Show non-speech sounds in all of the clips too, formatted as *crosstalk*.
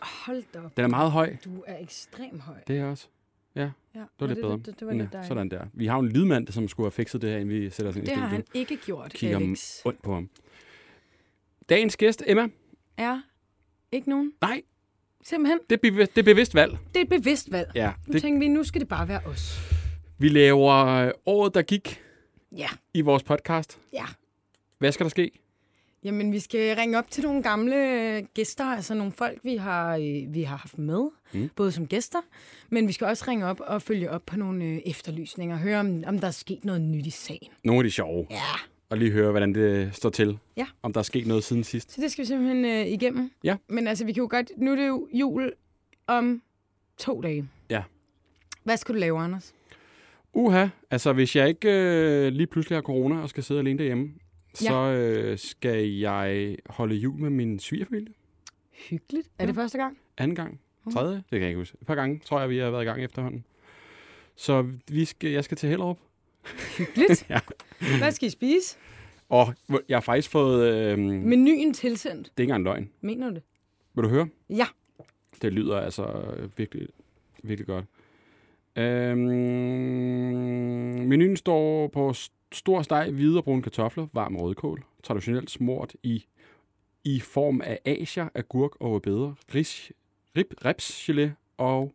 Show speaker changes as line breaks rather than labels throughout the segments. Hold da op.
Den er meget høj.
Du er ekstrem høj.
Det er også. Ja,
Ja,
det var lidt bedre.
Det, det, det var lidt
ja,
dejligt.
sådan der. Vi har jo en lydmand, der som skulle have fikset det her, inden vi sætter os ind i
Det har
studiet.
han ikke gjort,
Kigger
Alex.
ondt på ham. Dagens gæst, Emma.
Er ikke nogen.
Nej,
Simpelthen,
det er, bev- det er bevidst valg.
det er et bevidst valg.
Ja,
Nu
det,
tænker vi, nu skal det bare være os.
vi laver øh, året, der gik
Ja,
i vores podcast.
ja.
Hvad skal der ske?
Jamen, vi skal ringe op til nogle gamle øh, gæster, altså nogle folk, vi har, øh, vi har haft med, mm. både som gæster, men vi skal også ringe op og følge op på nogle øh, efterlysninger, høre om, om der er sket noget nyt i sagen.
Nogle af de sjove.
Ja.
Og lige høre, hvordan det står til.
Ja.
Om der er sket noget siden sidst.
Så det skal vi simpelthen øh, igennem.
Ja.
Men altså, vi kan jo godt... Nu er det jo jul om to dage.
Ja.
Hvad skal du lave, Anders?
Uha, altså hvis jeg ikke øh, lige pludselig har corona og skal sidde alene derhjemme, så øh, skal jeg holde jul med min svigerfamilie.
Hyggeligt. Er det første gang?
Anden gang? Tredje? Det kan jeg ikke huske. Et par gange, tror jeg, vi har været i gang efterhånden. Så vi skal, jeg skal til Hellerup.
Hyggeligt.
*laughs* Ja.
Hvad skal I spise?
Og jeg har faktisk fået... Øh, det er
Menuen tilsendt.
ikke engang løgn.
Mener du det?
Vil du høre?
Ja.
Det lyder altså øh, virkelig, virkelig godt. Øhm, menuen står på s- stor steg, hvide og brune kartofler, varm rødkål, traditionelt smurt i, i form af asier, agurk og bedre, ris, rib, ribsgelé og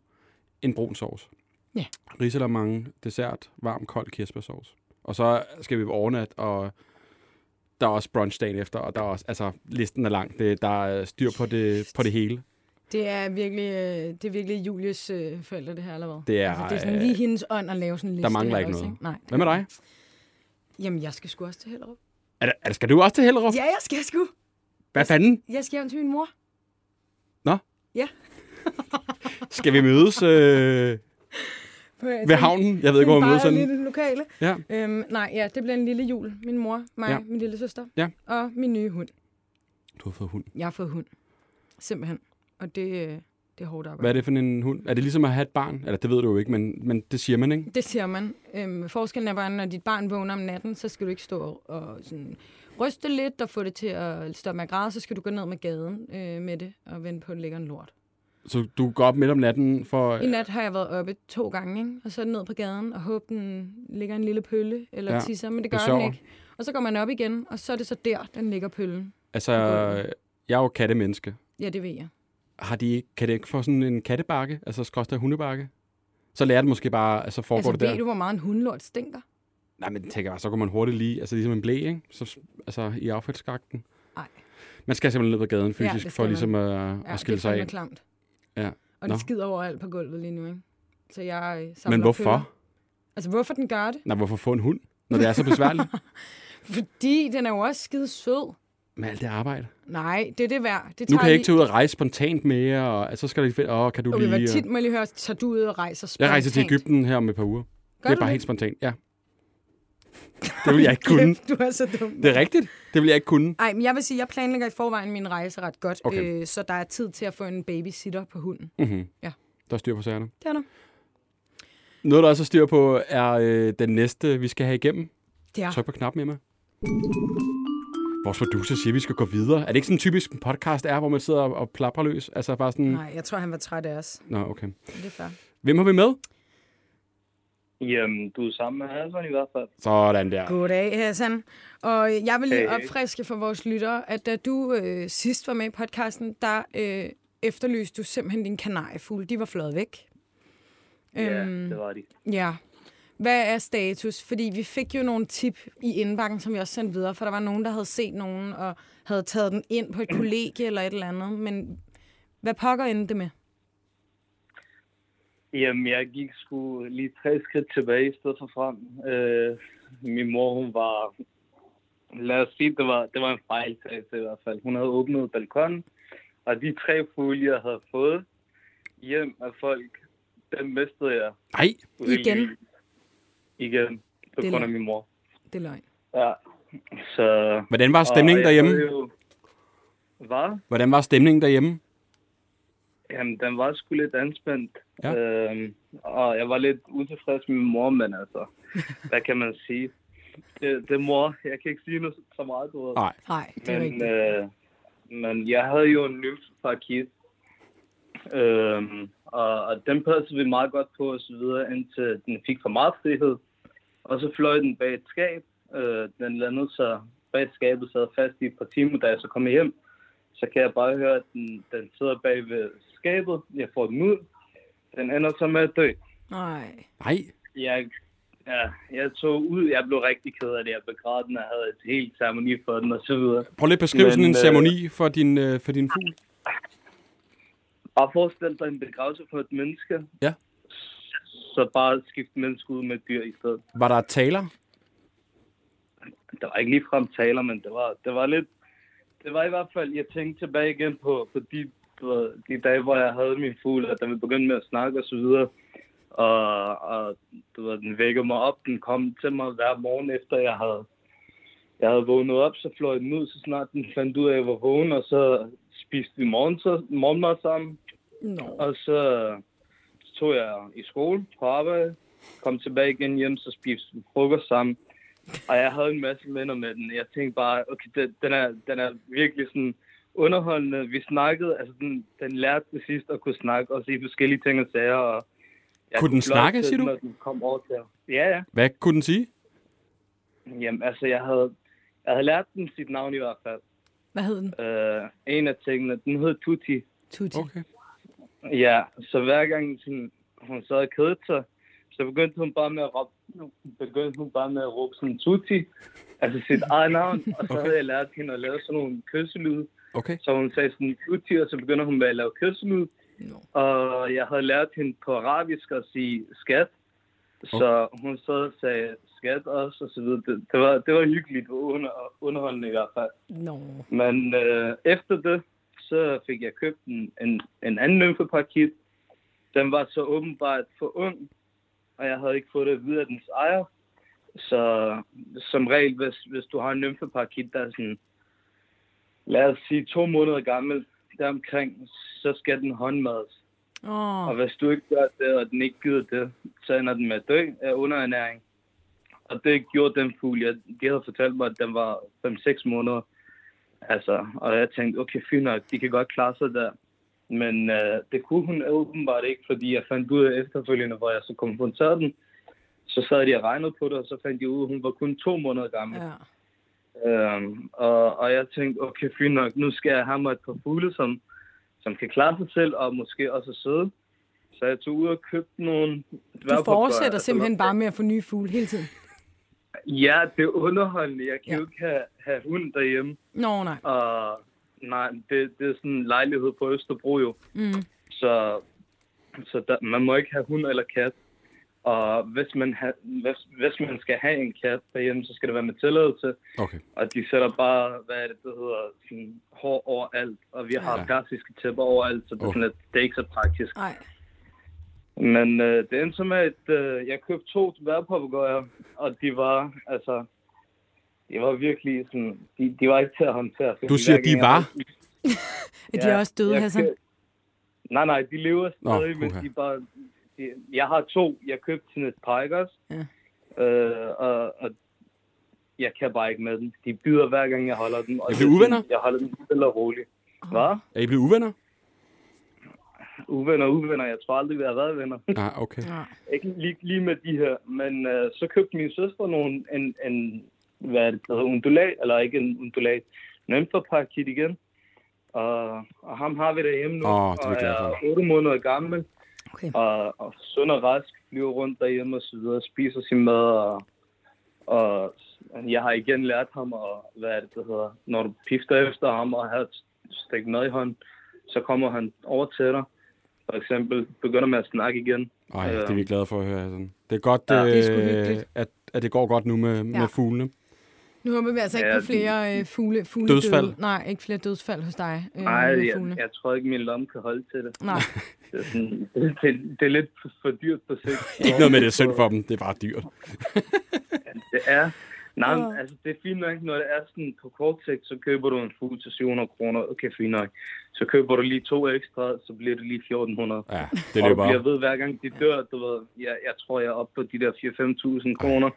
en brun sovs.
Ja.
Ris eller mange dessert, varm, kold kirsebærsovs. Og så skal vi overnat, og der er også brunch dagen efter, og der er også, altså, listen er lang. Det, der er styr på det, på det hele.
Det er virkelig, øh, det er virkelig Julies øh, forældre, det her, eller hvad?
Det er, øh,
altså, det er sådan lige hendes ånd at lave sådan en liste.
mangler
her
ikke
også,
noget.
Ikke? Nej.
Hvad med dig?
Jamen, jeg skal sgu også til Hellerup.
Er, der- er, skal du også til Hellerup?
Ja, jeg skal sgu.
Hvad fanden?
Jeg skal hjem til min mor.
Skal vi
*laughs*
mødes øh, ved havnen? Jeg ved ikke, hvor vi mødes
sådan.
sådan.
øh, Lidt lokale.
Ja.
Øhm, nej, ja, det bliver en lille jul. Min mor, mig,
Ja.
ja. min lille søster
Ja.
og min nye hund.
Du har fået hund.
Jeg har fået hund. Simpelthen. Og det, øh, det er hårdt arbejde.
Hvad er det for en hund? Er det ligesom at have et barn? Eller det ved du jo ikke, men, men det siger man, ikke?
Det siger man. Øhm, forskellen er bare, når dit barn vågner om natten, så skal du ikke stå og, og sådan, ryste lidt og få det til at stoppe med at græde, så skal du gå ned med gaden øh, med det og vende på, at det ligger en lort.
Så du går op midt om natten for...
I nat har jeg været oppe to gange, ikke? og så ned på gaden og håber, den ligger en lille pølle eller
Ja,
ja, tisser, men det
det
gør
sover.
den ikke. Og så går man op igen, og så er det så der, den ligger pøllen.
Altså, jeg er jo kattemenneske.
Ja, det ved jeg.
Har de ikke, kan det ikke få sådan en kattebakke? Altså skråstad hundebakke? Så lærer det måske bare, altså foregår
Altså,
det der.
ved du, hvor meget en hundlort stinker?
Nej,
Mm.
men tænker jeg, så kunne man hurtigt lige, altså ligesom en blæ, ikke? Så, altså i affaldsskakten.
Nej.
Man skal simpelthen ned på gaden
Ja, det
fysisk, ja, for
skal
ligesom at, ja, at
det er
skille sig
fandme
af.
klamt.
Ja.
Og
Nå.
det skider overalt på gulvet lige nu, ikke? Så jeg øh, samler
Men hvorfor?
Pøller. Altså, hvorfor den gør det?
Nej, hvorfor få en hund, når det er så besværligt?
*laughs* Fordi den er jo også skide sød.
med alt det arbejde.
Nej, det er det værd. Det
Nu
tager
kan jeg ikke
lige-
tage ud og rejse spontant mere, og altså, så skal det lige... Åh, kan du
Okay,
lige...
hvor
og-
tit må jeg lige høre, tager du ud og rejser spontant?
Jeg rejser til Ægypten her om et par uger.
Gør
det er
du
bare
det?
helt spontant,
*laughs*
ja. Det vil jeg ikke kunne.
Kæft, *laughs* du er så dum.
Det er rigtigt. Det vil jeg ikke kunne.
Nej, men jeg vil sige, jeg planlægger i forvejen min rejse ret godt,
Okay.
øh, så der er tid til at få en babysitter på hunden.
Mm-hmm.
Ja.
Der er styr på sagerne.
Det er der.
Noget, der også er styr på, er øh, den næste, vi skal have igennem.
Det er.
Tryk på knappen, Emma. Mm. Vores producer siger, at vi skal gå videre. Er det ikke sådan typisk en podcast er, hvor man sidder og- og plapper løs? Altså bare sådan...
Nej, jeg tror, han var træt af os.
Nå, okay.
Det er fair.
Hvem har vi med?
Jamen, du er sammen med Hassan i hvert fald.
Sådan der.
Goddag, Hassan. Og jeg vil lige
Hey, hey.
opfriske for vores lyttere, at da du øh, sidst var med i podcasten, der øh, efterlyste du simpelthen din kanariefugle. De var fløjet væk.
Ja,
Øhm,
det var de.
Ja. Hvad er status? Fordi vi fik jo nogle tip i indbakken, som vi også sendte videre, for der var nogen, der havde set nogen og havde taget den ind på et kollegie eller et eller andet. Men hvad pokker endte det med?
Jamen, jeg gik sgu lige tre skridt tilbage i stedet for frem. Øh, min mor, hun var... Lad os sige, det var, det var en fejltagelse i hvert fald. Hun havde åbnet balkonen, og de tre fugle, jeg havde fået, hjem af folk, dem mistede jeg.
Nej,
Igen.
uheldigvis. Igen, på
Det er
grund af
løgn.
min mor.
Det er løgn.
Ja, så...
hvordan var stemningen
Og jeg
derhjemme?
havde jo- Hvad?
Hvordan var stemningen derhjemme?
Jamen, den var sgu lidt anspændt.
Ja.
Øhm, og jeg var lidt utilfreds med min mor, men
*laughs*
altså, hvad kan man sige? Det, det er mor, jeg kan ikke sige noget så meget, du ved.
Nej.
Nej, det er
Men,
rigtigt.
øh, men jeg havde jo en nymfeparkit, øhm, og, og den passede vi meget godt på og så videre, indtil den fik for meget frihed. Og så fløj den bag et skab. Øh, den landede sig bag skabet, sad fast i et par timer, da jeg så kom hjem. Så kan jeg bare høre, at den, den sidder bag ved skabet. Jeg får den ud. Den ender så med at dø.
Nej.
Nej,
Jeg, ja, jeg tog ud. Jeg blev rigtig ked af det. Jeg begravede den og havde et helt ceremoni for den og så videre.
prøv lige at beskrive
Men,
sådan en
øh,
ceremoni for din, øh, for din fugl.
Bare forestil dig en begravelse for et menneske.
Ja.
Så bare skifte menneske ud med et dyr i stedet.
Var der taler?
Der var ikke ligefrem taler, men det var, det var lidt... Det var i hvert fald, jeg tænkte tilbage igen på, på de, du ved, de dage, hvor jeg havde min fugl, og da vi begyndte med at snakke og så videre. Og, og du ved, den vækkede mig op, den kom til mig hver morgen efter, jeg havde, jeg havde vågnet op, så fløj den ud, så snart den fandt ud af, at jeg var vågen, og så spiste vi morgen, så, morgenmad sammen.
Nå.
Og så så tog jeg i skole på arbejde, kom tilbage igen hjem, så spiste vi frokost sammen. Og jeg havde en masse venner med den. Jeg tænkte bare, okay, den, den, er, den er virkelig sådan underholdende. Vi snakkede, altså den, den lærte til sidst at kunne snakke og sige forskellige ting og sager. Og jeg
Kunne den
flot
snakke,
til
siger
den,
du?
når Den kom over til. Ja, ja.
Hvad kunne den sige?
Jamen, altså, jeg havde, jeg havde lært den sit navn i hvert fald.
Hvad hed den?
Uh, en af tingene, den hed Tutti.
Tutti.
Okay.
Ja, så hver gang sådan, hun sad og kedede sig, så begyndte hun bare med at råbe, begyndte hun bare med at råbe sådan tutti, altså sit eget navn, og så
Okay.
okay. havde jeg lært hende at lave sådan nogle kysselyde,
Okay.
så hun sagde sådan tutti, og så begynder hun med at lave kysselyde,
Nå.
og jeg havde lært hende på arabisk at sige skat, så hun sad og sagde skat også, og så videre. Det, det, var, det var hyggeligt, det var under, underholdende i hvert fald.
Nå.
Men øh, efter det, så fik jeg købt en, en, en anden nymfeparkit. Den var så åbenbart for ung, og jeg havde ikke fået det videre af dens ejer. Så som regel, hvis, hvis du har en nymfeparkit, der er sådan, lad os sige to måneder gammel, deromkring, så skal den håndmades. Og
Åh,
hvis du ikke gør det, og den ikke gider det, så ender den med at dø af underernæring. Og det gjorde den fugl. Jeg, de havde fortalt mig, at den var 5-6 måneder. Altså, og jeg tænkte, okay, fint nok, de kan godt klare sig der. Men øh, det kunne hun åbenbart ikke, fordi jeg fandt ud af efterfølgende, hvor jeg så konfronterede den. Så sad de og regnede på det, og så fandt de ud, at hun var kun to måneder gammel.
ja.
Øhm, og, og jeg tænkte, okay, fint nok, nu skal jeg have mig et par fugle, som, som kan klare sig selv, og måske også er søde. Så jeg tog ud og købte nogle
Du
dværgpapegøjer.
fortsætter
Altså,
simpelthen bare med at få nye fugle hele tiden.
Ja, det er underholdende. Jeg kan
Ja.
jo ikke have, have hund derhjemme.
Nå, nej.
Og nej, det, det er sådan en lejlighed på Østerbro jo.
Mm.
Så, så der, man må ikke have hund eller kat. Og hvis man, ha, hvis, hvis man skal have en kat derhjemme, så skal det være med tilladelse.
Okay.
Og de sætter bare, hvad er det, det hedder, sådan, hår overalt. Og vi har
Ja.
ja. persiske tæpper overalt, så det er,
Oh.
sådan lidt, det er ikke så praktisk.
Nej.
Men øh, det endte så med, at øh, jeg købte to dværgpapagøjer, og de var, altså, de var virkelig sådan, de, de var ikke til at håndtere.
Du siger,
Hver gang
de
jeg-
var?
Er *laughs* de også døde,
jeg
Hassan?
køb- Nej, nej, de lever
Nå,
stadig, men
puha.
de bare... De, jeg har to. Jeg købte sådan et Tigers,
Ja.
øh, og, og jeg kan bare ikke med dem. De bider hver gang, jeg holder dem. Og
Er I
det er
uvenner?
sådan, Jeg holder dem stille og roligt. Hvad?
Er I blevet
*laughs*
uvenner?
Uvenner, uvenner. Jeg tror aldrig, vi har været venner.
Nej, okay.
Nej.
ikke lige, lige med de her. Men øh, så købte min søster nogle, en, en hvad er det, der hedder, undulat, eller ikke en undulat, nymferparakit igen. Og, og ham har vi derhjemme nu,
Åh, det er vi
og
glade for.
er 8 måneder gammel,
Okay.
og, og sund og rask, flyver rundt derhjemme og så videre, spiser sin mad, og, og jeg har igen lært ham, og hvad er det, det hedder, når du pifter efter ham og har et stik mad i hånden, så kommer han over til dig, for eksempel begynder med at snakke igen.
Ej,
Øh.
det er vi glade for at høre. Sådan. Det er godt,
Ja.
øh,
Det er sgu hyggeligt.
at, at det går godt nu med, med
Ja.
fuglene.
Nu håber vi altså ikke
Ja,
på flere øh, fugle, fugle
Dødsfald.
Døde. Nej, ikke flere dødsfald hos dig. Øh,
Nej,
med
jeg,
fuglene.
jeg tror ikke, min lomme kan holde til det.
Nej.
Det er, sådan, det, det, det er lidt for- for dyrt på sigt.
Ikke noget med, det er synd for dem. Det er bare dyrt.
Det er. Nej,
Åh.
men, altså, det er fint nok, når det er sådan på kort sigt, så køber du en fugl til 700 kroner. Okay, fint nok. Så køber du lige to ekstra, så bliver det lige 1400.
Ja, det
og du
løber
bliver
op.
ved, hver gang de dør, du ved, jeg, jeg tror, jeg er oppe på de der 4-5.000 kroner.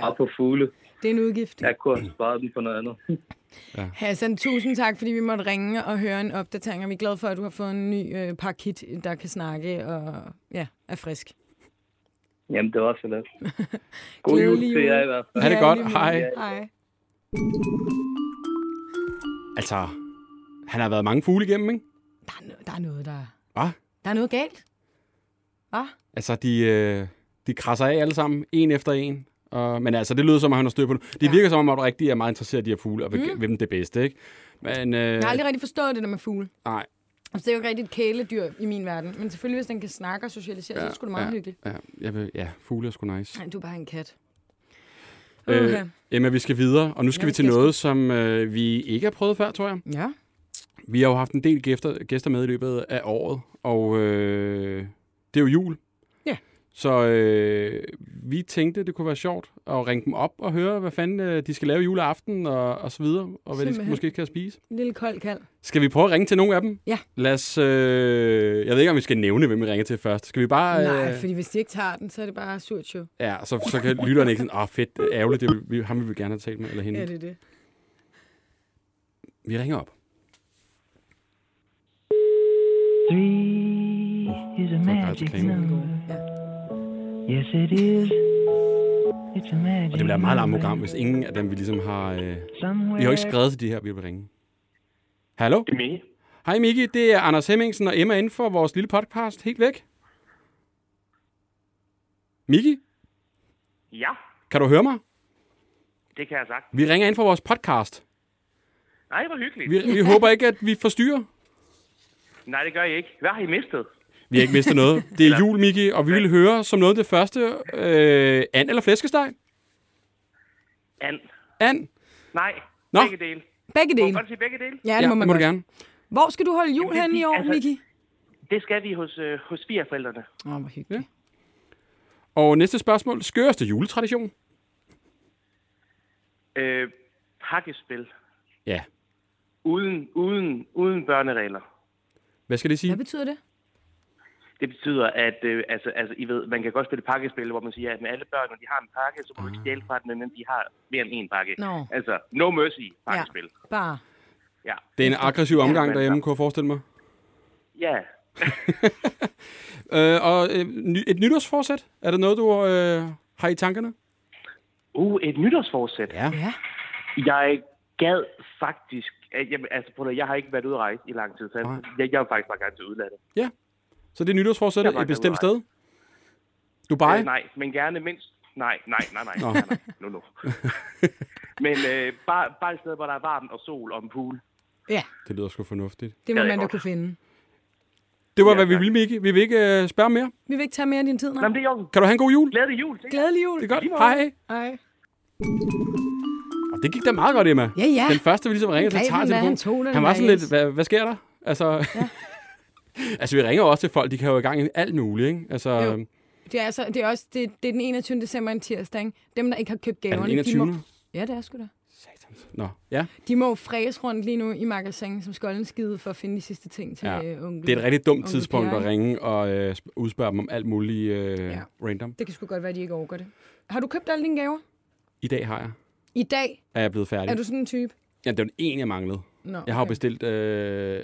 Bare på fugle.
Det er en udgift.
Jeg kunne have sparet dem på noget andet. *laughs*
Hassan, tusind tak, fordi vi måtte ringe og høre en opdatering, og vi er glade for, at du har fået en ny øh, pakit, der kan snakke og ja, er frisk.
Jamen, det var så
*laughs*
let. God jul
Glædelig
til
jul.
jer i hvert fald.
Ha' det
Ja,
godt.
lige måde.
Hej.
Hej.
Altså, han har været mange fugle igennem, ikke?
Der er, no- der er noget, der...
Hva?
Der er noget galt. Hva?
Altså, de, øh, de krasser af alle sammen, en efter en. Og, men altså, det lyder som, at han har styr på det. Det virker som om, at du rigtig er meget interesseret i de her fugle, og hvem mm. det bedste, ikke? Men, øh,
Jeg har aldrig rigtig forstået det der med fugle.
nej,
Altså, det er jo ikke rigtig et kæledyr i min verden. Men selvfølgelig, hvis den kan snakke og socialisere, ja, så er det sgu da meget
ja,
ja. hyggeligt.
Ja, jeg vil, ja, fugle er sgu nice.
Nej, du er bare en kat. Okay.
Øh, Emma, vi skal videre, og nu skal
Ja,
vi
vi
til
skal
noget, som øh, vi ikke har prøvet før, tror jeg.
Ja.
Vi har jo haft en del gæster, gæster med i løbet af året, og øh, det er jo jul.
Ja.
Så øh, vi tænkte, det kunne være sjovt at ringe dem op og høre, hvad fanden øh, de skal lave juleaften og, og så videre, og hvad de
Simpelthen.
måske kan spise.
En lille kold kald.
Skal vi prøve at ringe til nogle af dem?
Ja.
Lad os, øh, jeg ved ikke, om vi skal nævne, hvem vi ringer til først. Skal vi bare... øh,
Nej, fordi hvis de ikke tager den, så er det bare surt show.
Ja, så, så kan lytterne ikke sådan, åh oh, fedt, ærgerligt, det, vil- vi, ham vil vi gerne have talt med, eller hende.
Ja, det er det.
Vi ringer op.
Three is a
Fuck,
magic
Isaac Newton.
number.
Ja.
Yes, it is. It's a magic
Og det bliver et meget langt
number.
program, hvis ingen af dem, vi ligesom har... Øh,
Somewhere
vi har jo ikke skrevet til de her, vi vil ringe. Hallo?
Det er Mikke.
Hej Miki, det er Anders Hemmingsen og Emma inden for vores lille podcast. Helt væk. Miki,
Ja,
kan du høre mig?
det kan jeg sagt.
Vi ringer ind for vores podcast.
Nej, hvor hyggeligt.
Vi, vi håber ikke, at vi forstyrrer.
Nej, det gør I ikke. Hvad har I mistet?
Vi har ikke mistet noget. Det er jul, Miki, og vi vil høre som noget af det første. Øh, and eller flæskesteg?
And.
And.
Nej,
Nå.
begge dele.
Begge
Må jeg
dele.
godt sige begge dele?
Ja, det må man
må du
godt.
gerne.
Hvor skal du holde jul
Jamen, det er
hen i
fordi,
år,
altså-
Miki?
Det skal vi hos, øh, hos svigerforældrene.
Åh, oh, hvor hyggeligt.
Og næste spørgsmål. Skøreste juletradition?
Øh, hakkespil.
Ja.
Uden, uden, uden børneregler.
Hvad skal det sige?
Hvad betyder det?
Det betyder, at øh, altså, altså, I ved, man kan godt spille pakkespil, hvor man siger, at med alle børn, når de har en pakke, så må du ikke stjæle fra dem, men de har mere end en pakke.
Nå.
Altså, no mercy pakkespil.
Bare.
Ja.
Det er en aggressiv omgang
Ja.
derhjemme, kunne jeg forestille mig.
ja.
*laughs* Øh, og øh, ny, et nytårsforsæt? Er det noget, du øh, har i tankerne?
Uh, et nytårsforsæt.
Ja.
Jeg gad faktisk... at- Jamen, altså, prøv at, høre, jeg har ikke været ude at rejse i lang tid, så
Nej.
jeg, jeg er faktisk bare gerne til udlandet.
Så det er nytårsforsæt
Jeg var
et bestemt
glad.
sted? Dubai?
Øh, nej, men gerne mindst... Nej, nej, nej, nej,
Nå.
nej, nej, no,
*laughs*
no. men øh, bare, bare et sted, hvor der er varmt og sol og en pool.
Ja,
Det lyder sgu fornuftigt.
det må
Ja, det er
man da
godt.
kunne finde.
Det var,
Ja,
hvad vi
tak.
ville, Mikke. Vi vil ikke øh, spørge mere.
Vi vil ikke tage mere af din tid,
Nå, men
nej.
det er jo...
Kan du have en god jul?
Glædelig jul til jer.
Glædelig jul.
Det er godt.
Lige måde.
Hej.
Hej.
Og det gik da meget godt, Emma.
Ja, ja.
Den første, vi ligesom ringede til,
greb
tager
den, hvad han tog
telefonen.
den,
Han var
hvad
sådan lidt,
ellers.
hvad, hvad sker der? Altså, *laughs* altså, vi ringer jo også til folk, de kan jo i gang i alt muligt, ikke? Altså,
Jo. Det er, altså, det er også det, det er den 21. december en tirsdag, ikke? Dem, der ikke har købt
er den
gaverne, de
21.
må... Ja, det er sgu da.
Satans. Nå, ja.
De må jo fræse rundt lige nu i magasin, som skolden skide for at finde de sidste ting til
Ja.
ja. øh, onkel.
Det er et rigtig dumt
Onkel
tidspunkt
Per,
at
ikke?
ringe og øh, sp- udspørge dem om alt muligt øh, ja. random.
Det kan sgu godt være, at de ikke overgår det. Har du købt alle dine gaver?
I dag har jeg.
I dag
Er jeg blevet færdig?
er du sådan en type?
Ja, det var den ene, jeg manglede.
Nå, okay.
Jeg har jo bestilt øh,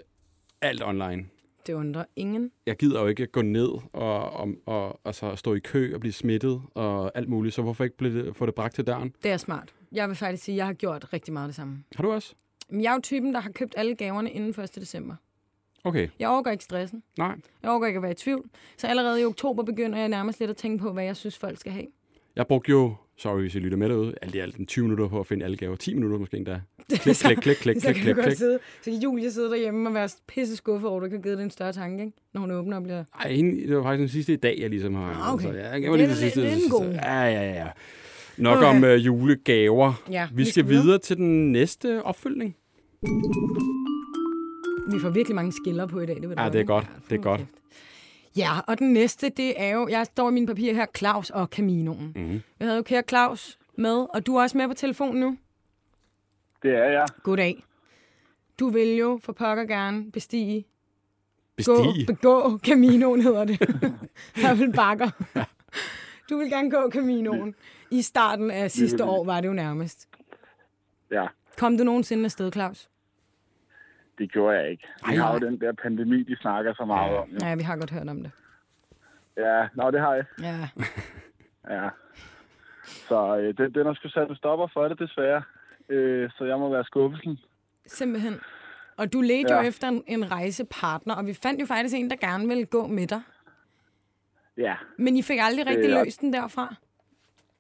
alt online.
Det undrer ingen.
jeg gider jo ikke gå ned og, og, og altså, stå i kø og blive smittet og alt muligt, så hvorfor ikke blive det, få det bragt til døren?
Det er smart. Jeg vil faktisk sige, at jeg har gjort rigtig meget det samme.
Har du også?
Men jeg er jo typen, der har købt alle gaverne inden 1. december.
Okay,
Jeg overgår ikke stressen.
nej.
Jeg overgår ikke at være i tvivl. Så allerede i oktober begynder jeg nærmest lidt at tænke på, hvad jeg synes, folk skal have.
Jeg brugte jo, sorry hvis I lytter med derude, alt i alt en 20 minutter på at finde alle gaver. 10 minutter måske
*laughs*
endda. Klik, klik, klik, klik,
så
klik,
kan
klik,
du godt
klik.
sidde, så kan Julie sidde derhjemme og være pisse skuffet over, at du ikke har givet det en større tanke, ikke? når hun åbner og bliver...
Ej, hende- det var faktisk den sidste i dag, jeg ligesom har.
Ah, okay.
Så, ja, jeg
Det
var
er
lige den
lidt-
sidste.
det er en
sidste-
god.
Ja, ja, ja. Nok
Uha.
om øh, julegaver.
Ja,
vi skal videre til den næste opfølgning.
Vi får virkelig mange skiller på i dag. Det, ved du
Ja, det er
ikke?
godt. Det er
hold
godt.
kæft. Ja, og den næste, det er jo... Jeg står i mine papirer her, Claus og Caminoen.
Mhm.
Mm. Jeg havde jo kære Claus med, og du er også med på telefonen nu.
Det er jeg.
Goddag. Du vil jo for pokker gerne bestige...
Bestige.
Gå, begå Caminoen, hedder
*laughs*
det. Der vil bakker. Du vil gerne gå Caminoen. I starten af sidste år var det jo nærmest.
Ja,
Kom du nogensinde afsted, Claus?
det gjorde jeg ikke. Vi
Ej.
har jo den der pandemi, de snakker så meget om. jo.
Ja, vi har godt hørt om det.
Ja, nå, det har jeg.
Ja.
*laughs* Ja. Så øh, den, den har sgu sat en stopper for det, desværre. Øh, så jeg må være skuffelsen.
Simpelthen. Og du ledte ja.
Ja.
jo efter en, en rejsepartner, og vi fandt jo faktisk en, der gerne ville gå med dig.
Ja.
Men I fik aldrig rigtig
Øh, ja.
løst den derfra.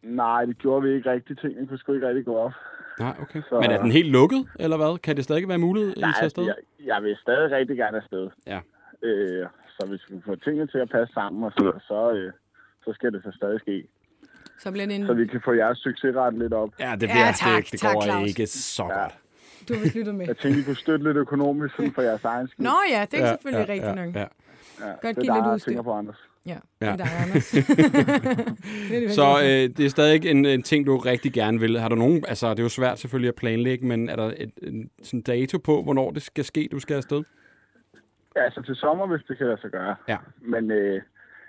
Nej, det gjorde vi ikke rigtigt. Tingene kunne sgu ikke rigtig gå op.
Nej, okay.
Så-
Men er den helt lukket, eller hvad? Kan det stadig være muligt, at I tager afsted?
jeg, jeg vil stadig rigtig gerne afsted.
Ja.
Øh, så hvis vi får tingene til at passe sammen, og så, så, øh, så skal det så stadig ske.
Så bliver det en...
Så vi kan få jeres succesret lidt op.
Ja, det
Ja,
bliver
tak,
det, det
tak,
går
Claus.
ikke så godt.
Du har vist lyttet
*laughs*
med.
Jeg tænkte, I kunne støtte lidt økonomisk sådan for jeres egen skyld.
Nå ja, det er ja, selvfølgelig ja, rigtigt
ja,
nok. Ja,
ja.
ja,
godt
det
give
er
lidt
der, jeg
udstyr.
tænker på, Anders.
ja.
Ja.
ja. Det er dig,
*laughs*
*laughs*
Anders. *laughs* Det er det
Så
virkelig.
øh, det er stadig ikke en, en ting, du rigtig gerne vil. Har du nogen, altså det er jo svært selvfølgelig at planlægge, men er der et, en sådan dato på, hvornår det skal ske, du skal afsted?
Ja, altså til sommer, hvis det kan lade sig gøre.
Ja.
Men, øh,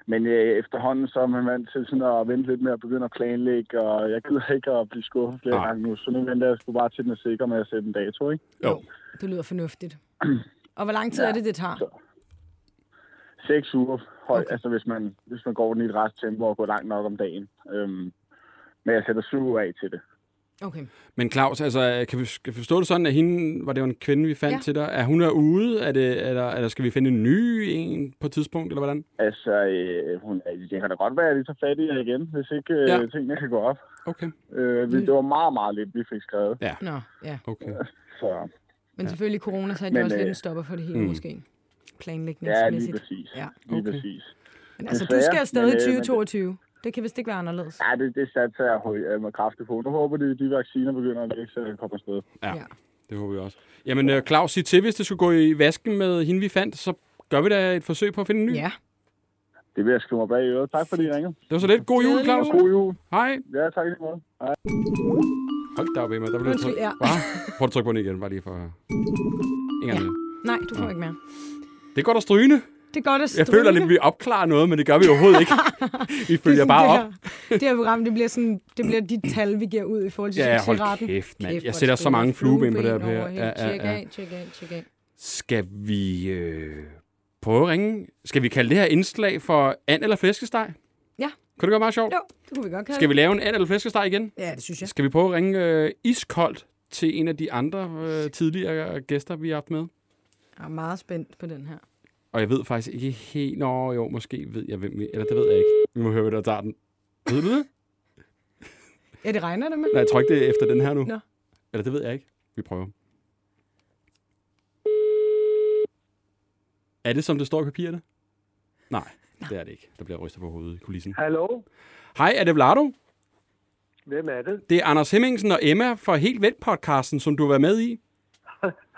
men øh, efterhånden så er man vant til sådan at vente lidt med at begynde at planlægge, og jeg gider ikke at blive skuffet flere
Nej.
gange nu, så nu venter jeg sgu bare til den er sikker med at sætte en dato, ikke?
Jo.
det lyder
*clears throat*
fornuftigt. Og hvor lang tid ja. er det, det tager?
Seks uger høj,
Okay.
okay. altså hvis man, hvis man går den i et rest tempo og går langt nok om dagen. Øhm, men jeg sætter syv uger af til det.
Okay.
Men Claus, altså, kan vi skal vi forstå det sådan, at hende, var det jo en kvinde, vi fandt ja.
Ja.
til dig, er hun er ude, er det, er der, eller skal vi finde en ny en på et tidspunkt, eller hvordan?
Altså, øh, hun, det kan da godt være, at jeg lige tager fat i jer igen, hvis ikke øh,
Ja.
ja. tingene kan gå op.
Okay. Mm.
Øh, vi, det var meget, meget lidt, vi fik skrevet.
Ja,
Nå, ja.
okay.
Så
Men ja. selvfølgelig corona satte
Men,
jo også lidt
øh,
en stopper for det hele, mm. måske.
ja, lige
Planlægningsmæssigt.
præcis.
Ja.
Lige
Okay.
præcis.
Men altså, du
Desværre,
skal afsted
men,
i
øh, men det-
2022. Det kan vist ikke være anderledes.
Ja, det, det satser jeg høj, øh, med kraftigt på. Nu håber de, de vacciner begynder at virke, så den kommer afsted.
Ja, ja.
Ja.
det håber vi også. Jamen, øh, Claus, sig til, hvis det skulle gå i vasken med hende, vi fandt, så gør vi da et forsøg på at finde en ny.
Ja.
Det vil jeg skrive mig bag i øret. Tak fordi I ringede.
Det var så lidt. Øh, God jul,
Glædelig
Claus.
God jul.
Hej.
Ja, tak i lige måde. Hej.
Hold da op, Emma. Der blev
Undskyld,
tryk-
ja.
Hva? Prøv at trykke på den igen, bare lige for... Ingen
Ja.
ja.
Nej, du får ikke mere.
Det går da strygende. Jeg
Det er godt at
Strygende. føler lidt, vi opklarer noget, men det gør vi overhovedet
*laughs*
ikke. vi følger bare op.
Det her program, det bliver, sådan, det bliver de tal, vi giver ud i forhold til
Ja, hold
succesretten.
kæft, mand. Jeg
hvor
sætter
det
så mange
spiller.
flueben på det her,
Flueben
Per.
over hele.
Ja, ja,
Tjek
ja.
af, tjek af, tjek af.
Skal vi øh, prøve at ringe? Skal vi kalde det her indslag for and eller flæskesteg?
Ja.
Kunne det gøre meget sjovt?
Jo, det kunne vi godt kalde
Skal vi
det.
lave en and eller flæskesteg igen?
Ja, det synes jeg.
Skal vi prøve at ringe øh, iskoldt til en af de andre øh, tidligere gæster, vi har haft med?
Jeg er meget spændt på den her.
Og jeg ved faktisk ikke helt... Nå, jo, måske ved jeg, hvem vi... Eller det ved jeg ikke. Vi må høre, hvad der tager den. Ved du det?
Ja, det regner det med.
Nej, jeg tror ikke, det er efter den her nu.
Nå.
Eller det ved jeg ikke. Vi prøver. Er det, som det står i papirerne? Nej, det er det ikke. Der bliver rystet på hovedet i kulissen.
Hallo,
Hej, er det Vlado?
hvem er det?
Det er Anders Hemmingsen og Emma fra Helt Væk-podcasten, som du har været med i.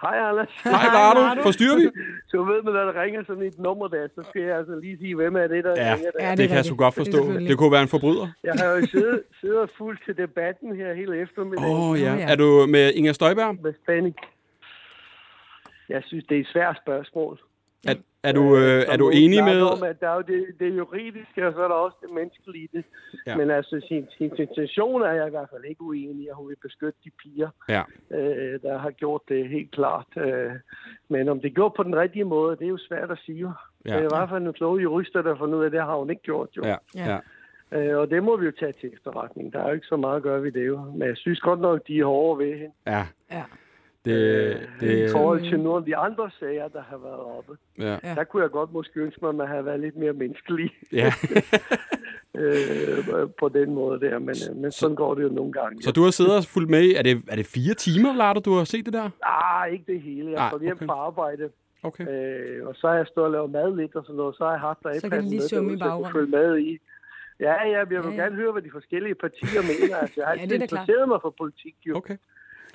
Hej Anders.
Hej, Vlado. Forstyrrer vi?
*laughs* Så ved man, når der ringer sådan et nummer der, så skal jeg altså lige sige, hvem er det, der
Ja,
ringer
Ja,
der.
det er
det kan jeg
rigtigt.
sgu godt
Det er
forstå.
selvfølgelig.
Det kunne være en forbryder.
Jeg har jo siddet, siddet fuldt til debatten her hele eftermiddagen
Åh,
oh.
oh, ja.
ja.
Er du med Inger Støjberg?
med spænding. Jeg synes, det er et svært spørgsmål.
Er, er, du, øh, er
Som
du
hun
enig
snakker
med...
Om, at der er jo det, det juridiske, og så er der også det menneskelige. i Det.
Ja.
Ja. Men altså, sin, sin intention er jeg i hvert fald ikke uenig i, at hun vil beskytte de piger,
Ja.
øh, der har gjort det helt klart. Øh, men om det gjort på den rigtige måde, det er jo svært at sige. Ja. Det er i hvert fald nogle kloge jurister, der har fundet ud af, det har hun ikke gjort jo.
Ja,
Ja.
ja.
Øh, og det må vi jo tage til efterretning. Der er jo ikke så meget at gøre ved det jo. Men jeg synes godt nok, de er hårde ved hende.
Ja.
Ja.
Det,
Øh, I
det,
forhold til nogle af de andre sager, der har været oppe.
ja.
Ja.
Der kunne jeg godt måske ønske mig, at man havde været lidt mere menneskelig
ja.
*laughs* øh, på den måde der. Men, øh, men sådan går det jo nogle gange.
Så du har siddet og fulgt med i, er det, er det fire timer, Larte, du har set det der?
Ah, ikke det hele. Jeg
Nej,
kom hjem
okay.
fra arbejde,
Okay.
øh, og så har jeg stået og lavet mad lidt og sådan noget. Så har jeg haft der
Så kan det lige summe i baggrunden.
følge med i. Ja, ja, men jeg vil ja, ja. gerne høre, hvad de forskellige
*laughs*
partier mener. Altså, jeg har
Ja,
ja,
det er da
interesseret mig for politik, jo.
Okay.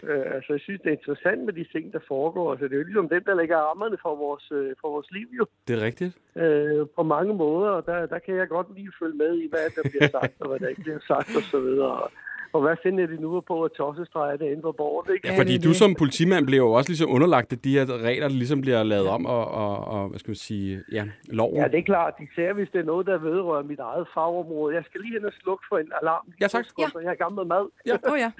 Øh, altså, jeg synes, det er interessant med de ting, der foregår. Altså, det er jo ligesom dem, der lægger rammerne for vores, øh, for vores liv, jo.
Det er rigtigt.
Øh, på mange måder, og der, der kan jeg godt lige følge med i, hvad der bliver sagt, og hvad der ikke bliver sagt, og så videre. Og, og hvad finder de nu på at tossestreje det inde på bordet, ikke?
Ja, fordi
det er
du
det.
som politimand bliver jo også ligesom underlagt, at de her regler ligesom bliver lavet om, og, og, og hvad skal man sige, ja, loven.
Ja, det er klart. Især hvis det er noget, der vedrører mit eget fagområde. Jeg skal lige hen og slukke for en alarm.
Ja, tak.
Ja. Jeg har gammel mad.
Ja.
Åh oh,
*laughs*
ja.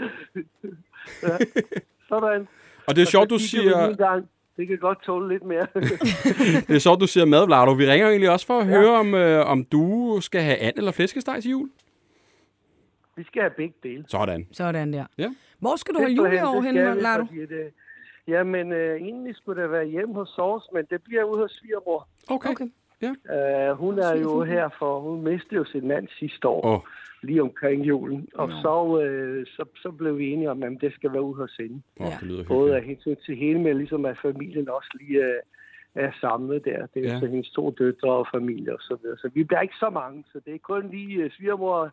Sådan.
og det er sjovt, du
Og så kigger vi
siger,
lige en gang. Det kan godt tåle lidt
*laughs*
mere.
det er sjovt, du siger mad, Vlado. Vi ringer jo egentlig også for at ja. høre, om, øh, om du skal have and eller flæskesteg til jul.
vi skal have begge dele.
Sådan.
Sådan der.
Ja.
Hvor skal du holde jul i
Simpelthen,
år
det
hen,
skal vi,
Lardo?
fordi det- Jamen, øh, egentlig skulle det være hjemme hos os, men det bliver ude hos svigermor.
Okay. okay.
Øh, hun er jo her, for hun mistede jo sin mand sidste år,
Åh.
lige omkring julen. Og så, øh, så, så blev vi enige om, at det skal være ude hos hende.
Oh, det lyder
Både af
hyggeligt.
hensyn til hende, men ligesom at familien også lige øh, er samlet der. Det er
Ja.
ja. så hendes to døtre og familie og så videre. Så vi bliver ikke så mange, så det er kun lige øh, svigermor,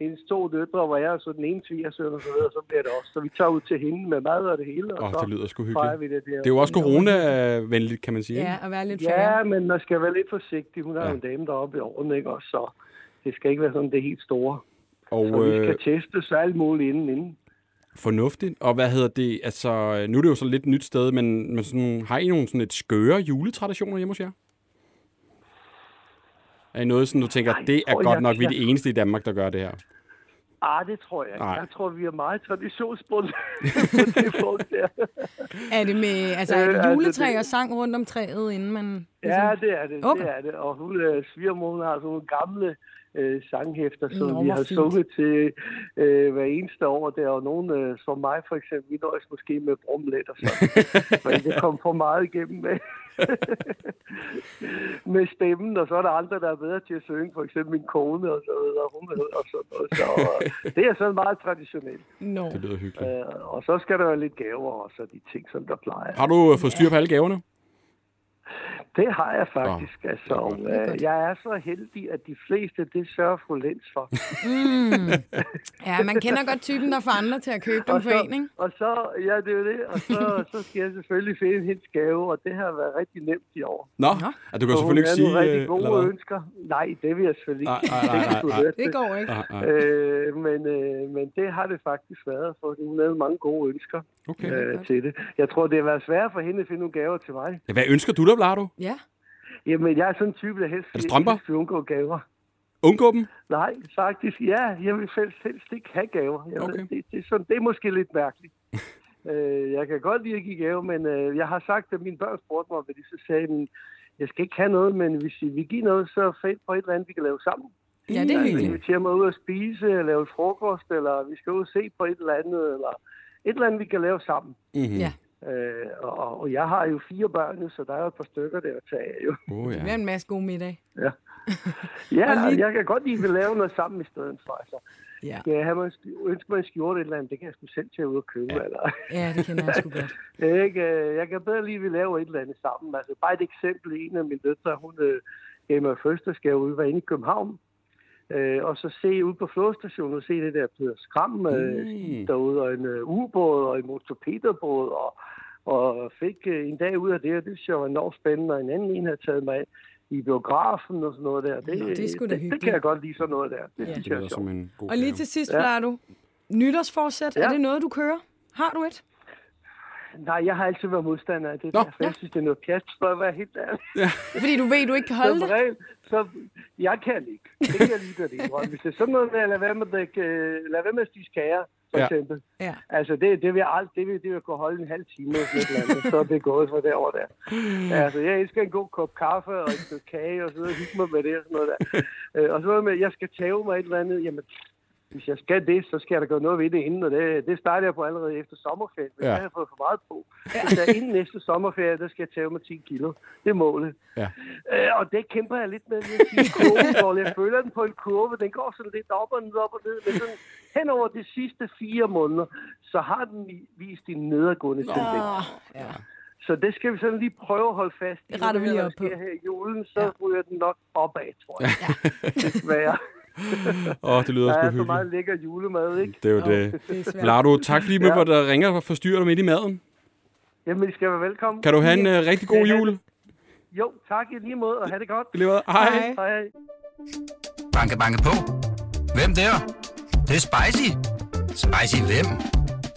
hendes to døtre, hvor jeg er så den ene svigersøn og så videre, så bliver det også. Så vi tager ud til hende med mad og det hele, og
Åh,
så
det lyder sgu
fejrer
hyggeligt.
vi det der.
Det er jo også corona-venligt, kan man sige. ikke?
Ja, at være lidt færre.
Ja, men man skal være lidt forsigtig. Hun er jo
Ja.
en dame deroppe i årene, ikke også? Så det skal ikke være sådan det helt store. Så
Og
vi
øh,
skal testes og alt muligt inden inden.
fornuftigt. Og hvad hedder det? Altså, nu er det jo så lidt nyt sted, men, men sådan, har I nogle sådan lidt skøre juletraditioner hjemme hos jer? Er I noget, sådan, du tænker,
Nej,
det er
tror
godt
jeg
nok, vi er
ikke.
det eneste i Danmark, der gør det her?
Ah, det tror jeg ikke.
Nej.
Jeg tror, vi er meget
*laughs*
traditionsbundet på det punkt der.
Er det med altså, er
Øh,
det
altså,
juletræ
det-
og sang rundt om træet, inden man... ligesom-
Ja, det er det.
Okay.
Okay. det, er det. Og hun, øh, svigermor, hun har sådan nogle gamle øh, sanghæfter, som
Nå,
vi
hvor
har
fint.
sunget til øh, hver eneste år. Der og nogen øh, som mig for eksempel, vi nøjes måske med brumlet og
*laughs*
sådan. Men det kom for meget igennem med, med stemmen, og så er der andre, der er bedre til at synge. For eksempel min kone og så videre. Hun er- og sådan noget. Så, øh, det er sådan meget traditionelt.
Nå.
Det lyder hyggeligt.
Øh, og så skal der jo lidt gaver også, og de ting, som der plejer.
Har du øh, fået styr på alle gaverne?
Det har jeg faktisk. Oh, altså,
Det er godt.
øh, jeg er så heldig, at de fleste, det sørger fru Lenz for.
Hmm. Mm. Ja, man kender
*laughs*
godt typen, der får andre til at købe dem
og,
for
så,
en, ikke?
og så, ja, det er jo det. Og
*laughs*
så, så skal jeg selvfølgelig finde hendes gave, og det har været rigtig nemt i år.
Nå, ja. du kan jo
Og hun
selvfølgelig ikke
er
sige...
nogle rigtig
øh,
gode
eller hvad?
ønsker. Nej, det vil jeg selvfølgelig
Nej,
ikke.
nej, nej,
Det
nej,
skulle
nej.
høre til.
Det går ikke.
Ah, ah,
Øh, men, øh, men det har det faktisk været, for hun havde mange gode ønsker
okay.
øh, til det. Jeg tror, det har været sværere for hende at finde nogle gaver til mig.
Ja, Hvad ønsker du dig, Vlado?
Ja.
Jamen, jeg er sådan en type, der helst,
det strømper?
helst vil undgå gaver.
Undgå dem?
Nej, faktisk ja. Jeg vil selv, helst ikke have gaver. Jeg
Okay.
okay. ved, det, det, er sådan, det er måske lidt
*laughs*
mærkeligt. øh, jeg kan godt lide at give gave, men øh, jeg har sagt, at mine børn spurgte mig, hvad de så sagde, men jeg skal ikke have noget, men hvis I vil give noget, så find på et eller andet, vi kan lave sammen.
Ja, det er
Altså,
hyggeligt.
inviterer mig ud at spise, eller lave frokost, eller vi skal ud og se på et eller andet, eller et eller andet, vi kan lave sammen.
Mm-hmm.
Ja.
Øh, og, og jeg har jo fire børn, nu, så der er jo et par stykker der at tage af. Jo.
Oh,
Det bliver
ja.
en masse god middag.
Ja,
Og lige-
jeg kan godt lide, at vi laver noget sammen i stedet for. Altså.
Ja,
Ja, han mig, ønsker mig en skjorte eller andet, det kan jeg sgu selv tage ud og købe. Ja. Eller,
ja det kender jeg sgu godt.
ikke? Øh, *laughs* Jeg kan bedre lige, at vi laver et eller andet sammen. Altså, bare et eksempel. En af mine døtre, hun øh, gav mig fødselsdagsgave ude, var inde i København. Øh, og så se ud på flådestationen og se det der Peder Skram øh,
Mm.
skib derude, og en øh, ubåd og en motorpederbåd, og, og fik øh, en dag ud af det, og det synes jeg var enormt spændende, og en anden en havde taget mig af i biografen og sådan noget der. Det,
Nå, det er sgu da
det, det,
hyggeligt.
kan jeg godt lide sådan noget der. Det
Ja.
ja.
Det
synes jeg er
lyder
sjovt.
som en god
Og lige
gave.
til sidst,
Ja.
ja. du nytårsforsæt, ja. er
Ja.
det noget, du kører? Har du et?
Nej, jeg har altid været modstander af det.
Nå.
Nå, derfor, jeg synes, det er noget pjat, for at være helt ærlig. *laughs*
Fordi du ved, du ikke kan holde
Som
det.
regel, så jeg kan ikke. Det kan jeg lige da det. Hvis det er sådan noget med at lade være med at, drikke, øh, lade være med at spise kager, for
Ja.
ja. eksempel.
Ja.
Altså, det, det vil jeg aldrig, det vil, det vil kunne holde en halv time, eller sådan et eller andet, så er det gået fra derovre der. Altså, jeg elsker en god kop kaffe og et stykke kage, og så videre, hygge mig med det og sådan noget der. Øh, og så noget med, jeg skal tage mig et eller andet, jamen, hvis jeg skal det, så skal jeg da gøre noget ved det inden, og det, det starter jeg på allerede efter sommerferien, men
Ja.
ja. jeg har fået for meget på. Så inden næste sommerferie, der skal jeg tage mig 10 kilo. Det er målet.
Ja.
Øh, og det kæmper jeg lidt med, vil jeg sige, kurven, jeg føler den på en kurve, den går sådan lidt op og ned, op og ned, men sådan, hen over de sidste fire måneder, så har den vi- vist en nedadgående tendens.
Åh, ja.
Så det skal vi sådan lige prøve at holde fast i.
Det retter vi lige
Hvad der
op på.
sker Her i julen, så
Ja.
ja. ryger den nok opad, tror jeg. Ja. *laughs* Desværre.
*laughs* Åh, oh, det lyder
Der
sgu
er så
hyggeligt.
meget lækker julemad, ikke?
Det er jo
Åh,
det.
det er svært.
Vlado, tak fordi
Ja.
ja. der ringer og forstyrrer dig midt i maden.
Jamen, I skal være velkommen.
Kan du have en uh, rigtig god
Ja.
jul?
Jo, tak i lige måde, og have det godt.
I lever- Hej.
Hej.
Hej, hej.
Banke, banke på. Hvem der? Det, det er spicy. Spicy hvem?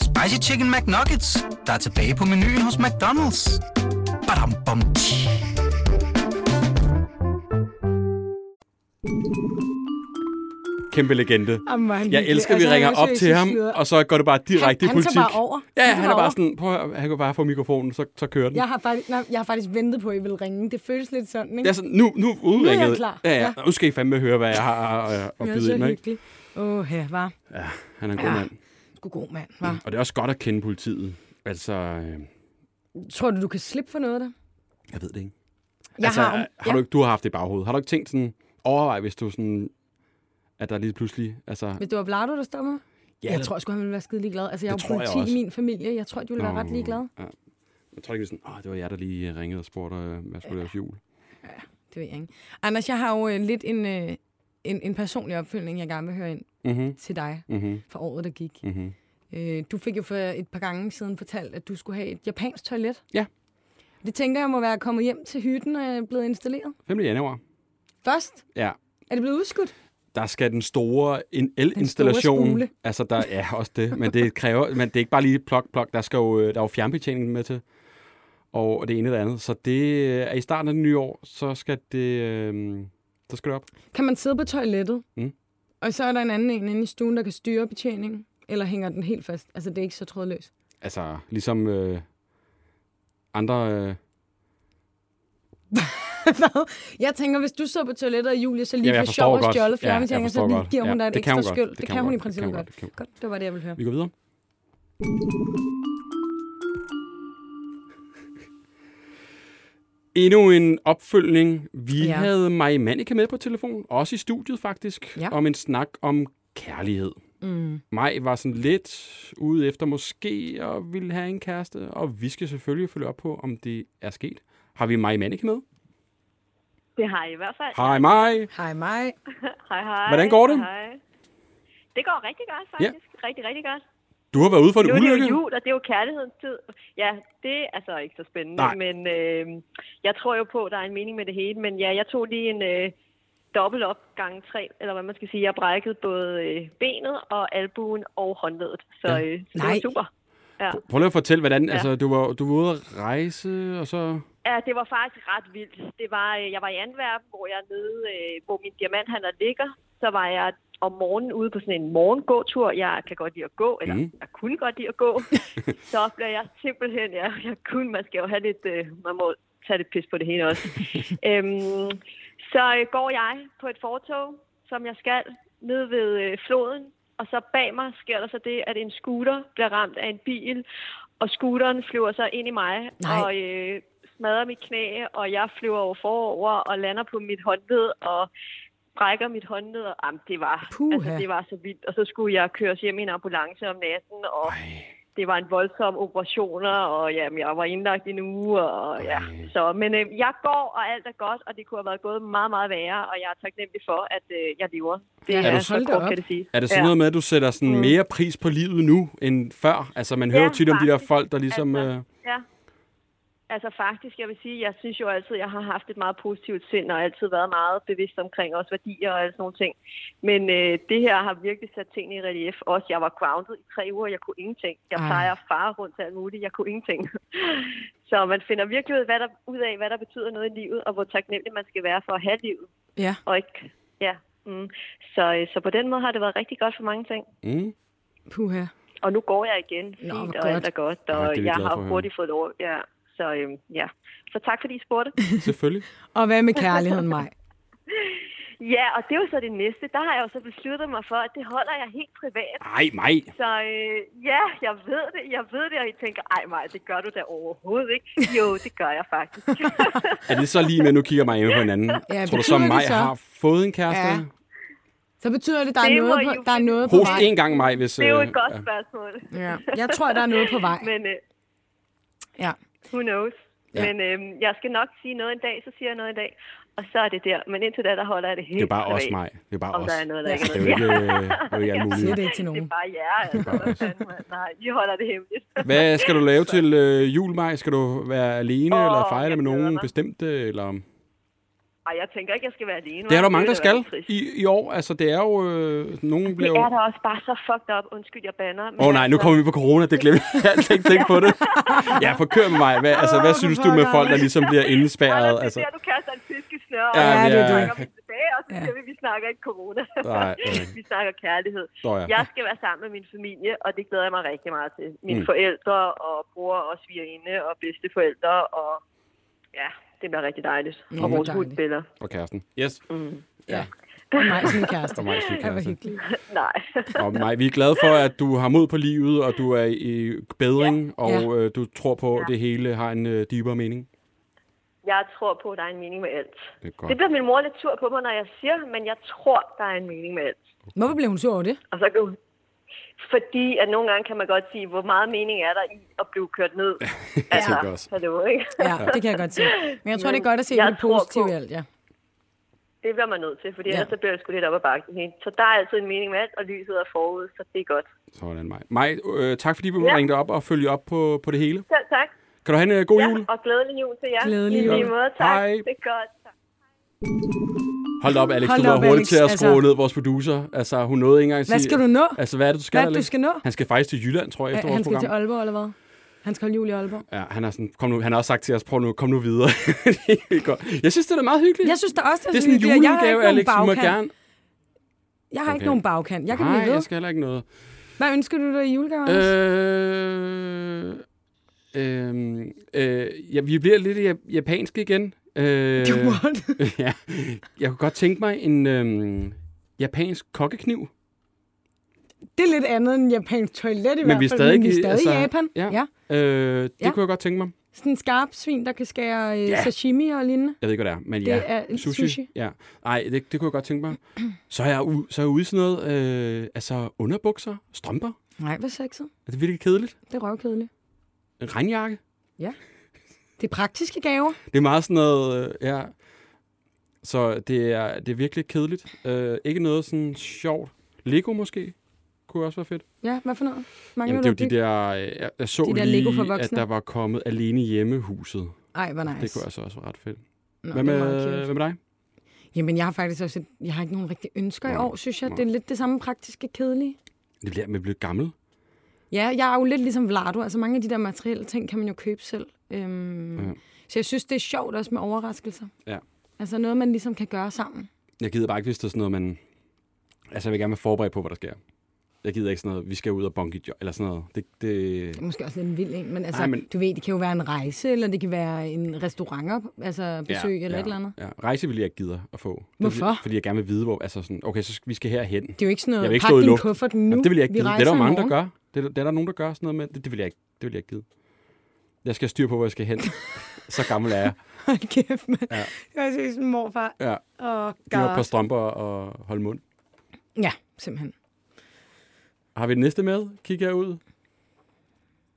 Spicy Chicken McNuggets, der er tilbage på menuen hos McDonald's. Badum, bom, tji.
Kæmpe legende.
Jamen, hvor er han
Jeg
hyggelig.
elsker, at vi
Altså, han
ringer
er
op
seriøst
til
en
ham,
fyr.
og så går det bare direkte i
han tager
politik.
bare over.
Ja,
Han tager
han er
bare
bare
over.
sådan, prøv at, høre, han kan bare få mikrofonen, så, så kører den.
Jeg har, faktisk, nej, jeg har faktisk ventet på, at I vil ringe. Det føles lidt sådan, ikke?
Jeg er sådan, nu, nu udringet.
klar.
Ja, ja.
Ja.
Nu skal I fandme høre, hvad jeg har øh, at, at
Det er
byde ind
så
med. Ikke?
hyggeligt. Åh, her var.
Han er en god mand.
God, god mand, var.
Og det er også godt at kende politiet. Altså, øh,
Tror du, du kan slippe for noget der?
jeg ved det ikke.
Jeg
altså,
har,
har du, ikke, du har haft det i baghovedet. Har du ikke tænkt sådan, overvej, hvis du sådan, at der lige pludselig, altså...
Hvis det var Vlado, der står med? Ja, jeg
eller-
tror sgu, han ville være skide ligeglad. Altså, jeg
Det
er jo
tror jeg
politi
også.
i min familie. Jeg tror, de ville være
Nå,
ret ligeglade.
Ja. Jeg tror ikke, det er sådan, åh, det var jeg, der lige øh, ringede og spurgte, øh, hvad skulle laves jul.
Det ved jeg ikke. Anders, jeg har jo øh, lidt en, øh, en, en personlig opfølgning, jeg gerne vil høre ind
Mhm,
til dig
mhm,
for året, der gik.
mhm.
Øh, du fik jo for et par gange siden fortalt, at du skulle have et japansk toilet.
Ja.
Det tænker jeg må være kommet hjem til hytten og øh, blevet installeret.
5. januar.
Først
Ja.
er det blevet udskudt.
Der skal den store en
store
elinstallation.
spule.
Altså der ja, også det, men det kræver, men det er ikke bare lige plok plok, der skal jo øh, der er jo fjernbetjeningen med til. Og det ene og det andet. Så det øh, er i starten af det nye år, så skal det øh, så skal det op.
Kan man sidde på toilettet,
Mm.
og så er der en anden en inde i stuen, der kan styre betjeningen? Eller hænger den helt fast? Altså, det er ikke så trådløst.
Altså ligesom øh, andre øh,
jeg tænker, hvis du sidder på toilettet i Julie, så lige
Jamen, jeg
for
forstår
sjov og
godt. Ja,
stjålet
jeg
fjernbetjeninger,
forstår
så lige
godt.
giver hun
Ja,
dig et
det kan hun
ekstra
godt.
skyld.
Det
Det,
kan
kan
hun
hun i
godt. Det kan
princippet
hun
godt.
godt. Det kan hun
Godt, det var det, jeg ville høre.
vi går videre. Endnu en opfølgning. Vi ja.
Ja.
havde Marie Manike med på telefon, også i studiet faktisk, ja.
Ja.
om en snak om kærlighed.
Mm.
Maj var sådan lidt ude efter måske og ville have en kæreste, og vi skal selvfølgelig følge op på, om det er sket. Har vi Maj Manike med?
Det har jeg i hvert fald.
Hej Maj!
Hej mig.
*laughs* Hej, hej.
Hvordan går det?
Hej. Det går rigtig godt, faktisk. Ja. Rigtig, rigtig godt.
Du har været ude for en
Nu er det jo
ulykke.
jul, og det er jo kærlighedens tid. Ja, det er altså ikke så spændende,
Nej.
men øh, jeg tror jo på, at der er en mening med det hele. Men ja, jeg tog lige en øh, dobbelt op gange tre, eller hvad man skal sige. Jeg brækkede både øh, benet og albuen og håndledet, så,
Ja.
ja. øh, så det
Nej.
var super. Ja.
Prøv lige at fortælle, hvordan altså, du, var, du var ude at rejse, og så...
Ja, det var faktisk ret vildt. Det var, øh, jeg var i Antwerpen, hvor jeg er nede, øh, hvor min diamanthandler ligger. Så var jeg om morgenen ude på sådan en morgengåtur. Jeg kan godt lide at gå, eller
Mm.
mm. jeg kunne godt lide at gå. *laughs* så blev jeg simpelthen, ja, jeg kunne, man skal jo have lidt, øh, man må tage lidt pis på det hele også. øhm, så øh, går jeg på et fortog, som jeg skal, ned ved øh, floden. Og så bag mig sker der så det, at en scooter bliver ramt af en bil, og scooteren flyver så ind i mig,
Nej.
og øh, smadrer mit knæ, og jeg flyver over forover og lander på mit håndled, og brækker mit håndled. Og, jamen, det var,
Puha.
altså, det var så vildt. Og så skulle jeg køres hjem i en ambulance om natten, og
Ej.
det var en voldsom operation, og jamen, jeg var indlagt i en uge, og ja, så, men øh, jeg går, og alt er godt, og det kunne have været gået meget, meget værre, og jeg er taknemmelig for, at øh, jeg lever. Det
Ja,
er,
hold
så
da
kort,
op.
kan det sige.
Er det sådan ja. noget med, at du sætter sådan mere pris på livet nu end før? Altså, man hører
Ja,
jo tit om de der
faktisk.
folk, der ligesom...
Altså,
øh,
Ja. Altså faktisk, jeg vil sige, jeg synes jo altid, jeg har haft et meget positivt sind, og altid været meget bevidst omkring også værdier og alle sådan nogle ting. Men øh, det her har virkelig sat tingene i relief. Også jeg var grounded i tre uger, jeg kunne ingenting. Jeg
Ej.
plejer at fare rundt til alt muligt, jeg kunne ingenting. Så man finder virkelig ud, hvad der, ud af, hvad der betyder noget i livet, og hvor taknemmelig man skal være for at have livet.
Ja.
Og ikke, ja. Mm. Så, øh, så på den måde har det været rigtig godt for mange ting.
Mm.
Puha.
Og nu går jeg igen.
Nå,
Fint,
hvor
og alt
godt.
er godt.
Ej, det er
Og
vi
jeg
glade
har
for at
hurtigt fået lov. Ja. Så, øhm, ja. så tak, fordi I
*laughs*
spurgte.
Selvfølgelig.
Og hvad med kærligheden,
*laughs*
mig?
ja, og det er jo så det næste. Der har jeg jo så besluttet mig for, at det holder jeg helt privat.
Ej, mig.
Så øh, ja, jeg ved det. Jeg ved det, og I tænker, ej Maja, det gør du da overhovedet ikke. Jo, det gør jeg faktisk.
øh, Er det så lige med, at nu kigger mig på hinanden? Ja, Tror du så,
betyder det
mig
så?
har fået en kæreste? Ja.
Ja. Så betyder det, at der
Det
er
må
noget
I
på,
jo
der er
finde
noget på
Host
vej.
en gang mig, hvis...
det er jo
øh,
et godt
ja.
spørgsmål.
Ja. Jeg tror, der er noget på vej.
*laughs* Men øh,
Ja.
who øhm, knows?
Ja.
Ja. Men øh, jeg skal nok sige noget en dag, så siger jeg noget en dag. og så er det der. Men indtil da, der holder jeg det helt
Det er bare
privat,
os, mig. Det er bare
om
os.
der er noget, der ikke
det er jo
noget.
ikke, øh, det
*laughs*
er jo ikke alt
Siger
muligt.
det ikke
Det
til nogen.
er bare jer, altså. Hvad fanden, mand? Nej, I holder det hemmeligt. *laughs*
Hvad skal du lave til øh, jul, Maj? Skal du være alene,
Åh,
oh, eller fejre
jeg
det med nogen
glæder mig.
bestemt? øh, Eller?
Ej, jeg tænker ikke, jeg skal være alene.
Det er der
hva'?
mange, der
ville da være
skal
trist.
i, i år. Altså, det er jo... Øh, nogen
Det er
bliver
altså-
jo...
da også bare så fucked up. Undskyld, jeg banner.
Åh oh, nej, nu kommer vi på corona, det glemmer jeg. Jeg tænkte ikke på
*laughs*
det. Ja, for kør med mig. Hvad, altså, hvad
for
synes du med
pokker.
folk, der ligesom
*laughs*
bliver indespærret?
Det er
Altså,
der, du kaster en fiskesnør, og
Ja,
ja,
men
det,
jeg-
det. snakker vi tilbage, og så siger vi, vi snakker ikke corona.
Nej,
*laughs*
okay.
vi snakker kærlighed.
Nå ja.
Jeg skal være sammen med min familie, og det glæder jeg mig rigtig meget til. Mine
Mm.
mm. forældre og bror og svigerinde og bedsteforældre, og ja, det bliver rigtig dejligt. Mm. Og
hvor
vores
dejligt.
hund spiller.
og kæresten. Yes.
Mm.
Ja.
Og mig som kæreste.
Og mig
*laughs*
som
Ej, hvor
kæreste.
hyggeligt.
*laughs* Nej.
Og Maj, vi er glade for, at du har mod på livet, og du er i bedring, ja. og øh, du tror på, at det hele har en øh, dybere mening.
Jeg tror på, at der er en mening med alt.
Det er
Det
godt.
bliver min mor lidt tur på mig, når jeg siger, men jeg tror, der er en mening med alt.
Hvorfor blev hun sur over det?
Og så kan hun... Fordi at nogle gange kan man godt sige, hvor meget mening er der i at blive kørt
*laughs*
ned. Altså,
tænker også.
Hallo, ikke?
Ja, det kan jeg godt se. Men jeg tror, det er
Men
godt at se
jeg
det
tror
positive
på-
i alt, ja.
*laughs* Det bliver man nødt til, fordi
Ja.
ja. ellers så bliver det sgu lidt op ad bakken. ikke? Så der er altid en mening med alt, og lyset er forud, så det er godt.
Sådan, Maj. Maj, øh, tak fordi vi
Ja.
ja. ringte op og følge op på, på det hele.
Selv tak.
Kan du have en øh, god
Ja,
jul?
og glædelig jul til jer.
Glædelig
I
jul.
lige måde, tak.
Hej.
Det er godt. Tak.
Hold da op, Alex.
Hold
du var
op,
hurtigt
Alex.
til at skrue
Altså-
ned vores producer. Altså, hun nåede ikke engang at sige...
Hvad skal du nå?
Altså, hvad er det, du skal,
Hvad er det, du
Alex?
skal nå?
Han skal faktisk til Jylland, tror jeg, efter
Ja, Han
vores
skal
program.
til Aalborg, eller hvad? Han skal holde jul i Aalborg.
Ja, han har, sådan, kom nu, han har også sagt til os, prøv nu, kom nu videre. *laughs* Det er godt. jeg synes, det er meget hyggeligt.
Jeg synes da også,
det er sådan en
hyggeligt, at jeg har
julegave,
ikke nogen
Alex. Du må
bagkant.
gerne.
Jeg har ikke
Okay.
nogen bagkant. Jeg kan
Nej,
blive ved.
jeg skal heller ikke noget.
Hvad ønsker du dig i julegave, Anders?
Øh,
Øhm,
øh, øh, ja, vi bliver lidt jap- japanske igen. Øh, *laughs*
What?
ja, jeg kunne godt tænke mig en øh, japansk kokkekniv.
Det er lidt andet end japansk toilet i
Men
hvert
vi er
fald,
stadig
men vi
i-
er stadig
altså,
i Japan.
ja.
ja.
Øh, det
Ja.
kunne jeg godt tænke mig.
Sådan en skarp svin, der kan skære øh,
Ja.
sashimi og lignende.
Jeg ved ikke, hvad det er, men
Det
ja.
er sushi. sushi.
Ja. Nej, det, det kunne jeg godt tænke mig. Så er jeg, u- så er jeg ude i sådan noget, øh, altså underbukser, strømper.
Nej, hvad sexet?
Er det virkelig kedeligt?
Det er røvkedeligt.
En regnjakke?
Det er praktiske gaver.
Det er meget sådan noget, øh, ja. Så det er, det er virkelig kedeligt. Øh, ikke noget sådan sjovt. Lego måske? Kunne også være fedt.
Ja, hvad for noget? Mangler
Jamen, det er jo de der... øh, Jeg, jeg så
De der Lego for
lige, at
voksne.
der var kommet alene hjemmehuset.
Ej, hvor nice.
Det kunne altså også være ret fedt.
Nå,
Hvad
det er meget
med,
cute.
hvad med dig?
Jamen, jeg har faktisk også... Et, jeg har ikke nogen rigtige ønsker i
Nej,
år, synes jeg.
nej.
Det er lidt det samme praktiske kedelige.
Det bliver med blevet gammel.
Ja, jeg er jo lidt ligesom Vlado. Altså, mange af de der materielle ting kan man jo købe selv. Øhm,
Ja.
ja. Så jeg synes, det er sjovt også med overraskelser.
Ja.
Altså noget, man ligesom kan gøre sammen.
Jeg gider bare ikke, hvis det er sådan noget, man... Altså, jeg vil gerne være forberedt på, hvad der sker. Jeg gider ikke sådan noget, vi skal ud og bungee jump, eller sådan noget. Det, det...
Det er måske også lidt en vild en, men, altså,
Nej, men-
du ved, det kan jo være en rejse, eller det kan være en restaurant, altså besøg ja, eller
ja,
et eller andet.
Ja. Rejse vil jeg ikke gider at få. Det er
Hvorfor?
Fordi, fordi jeg gerne vil vide, hvor... Altså sådan, okay, så skal, vi skal herhen.
Det er jo ikke sådan
Jeg vil
noget,
ikke
pak
stå i
din
luften.
kuffert nu,
Jamen, det vil jeg ikke
vi
gide. Det
rejser
er der jo
i
mange, der
morgen.
gør. Det er, der- det er der nogen, der gør sådan noget med. Det, det vil jeg ikke, det vil jeg ikke gide. Jeg skal have styr på, hvor jeg skal
*laughs*
hen. så gammel er jeg.
Hold kæft, mand.
Ja.
Ja. Jeg er seriøst en morfar.
Ja.
Åh, oh,
Giv mig et par
god.
strømper og holde mund.
Ja, simpelthen.
Har vi den næste med? Kig herud.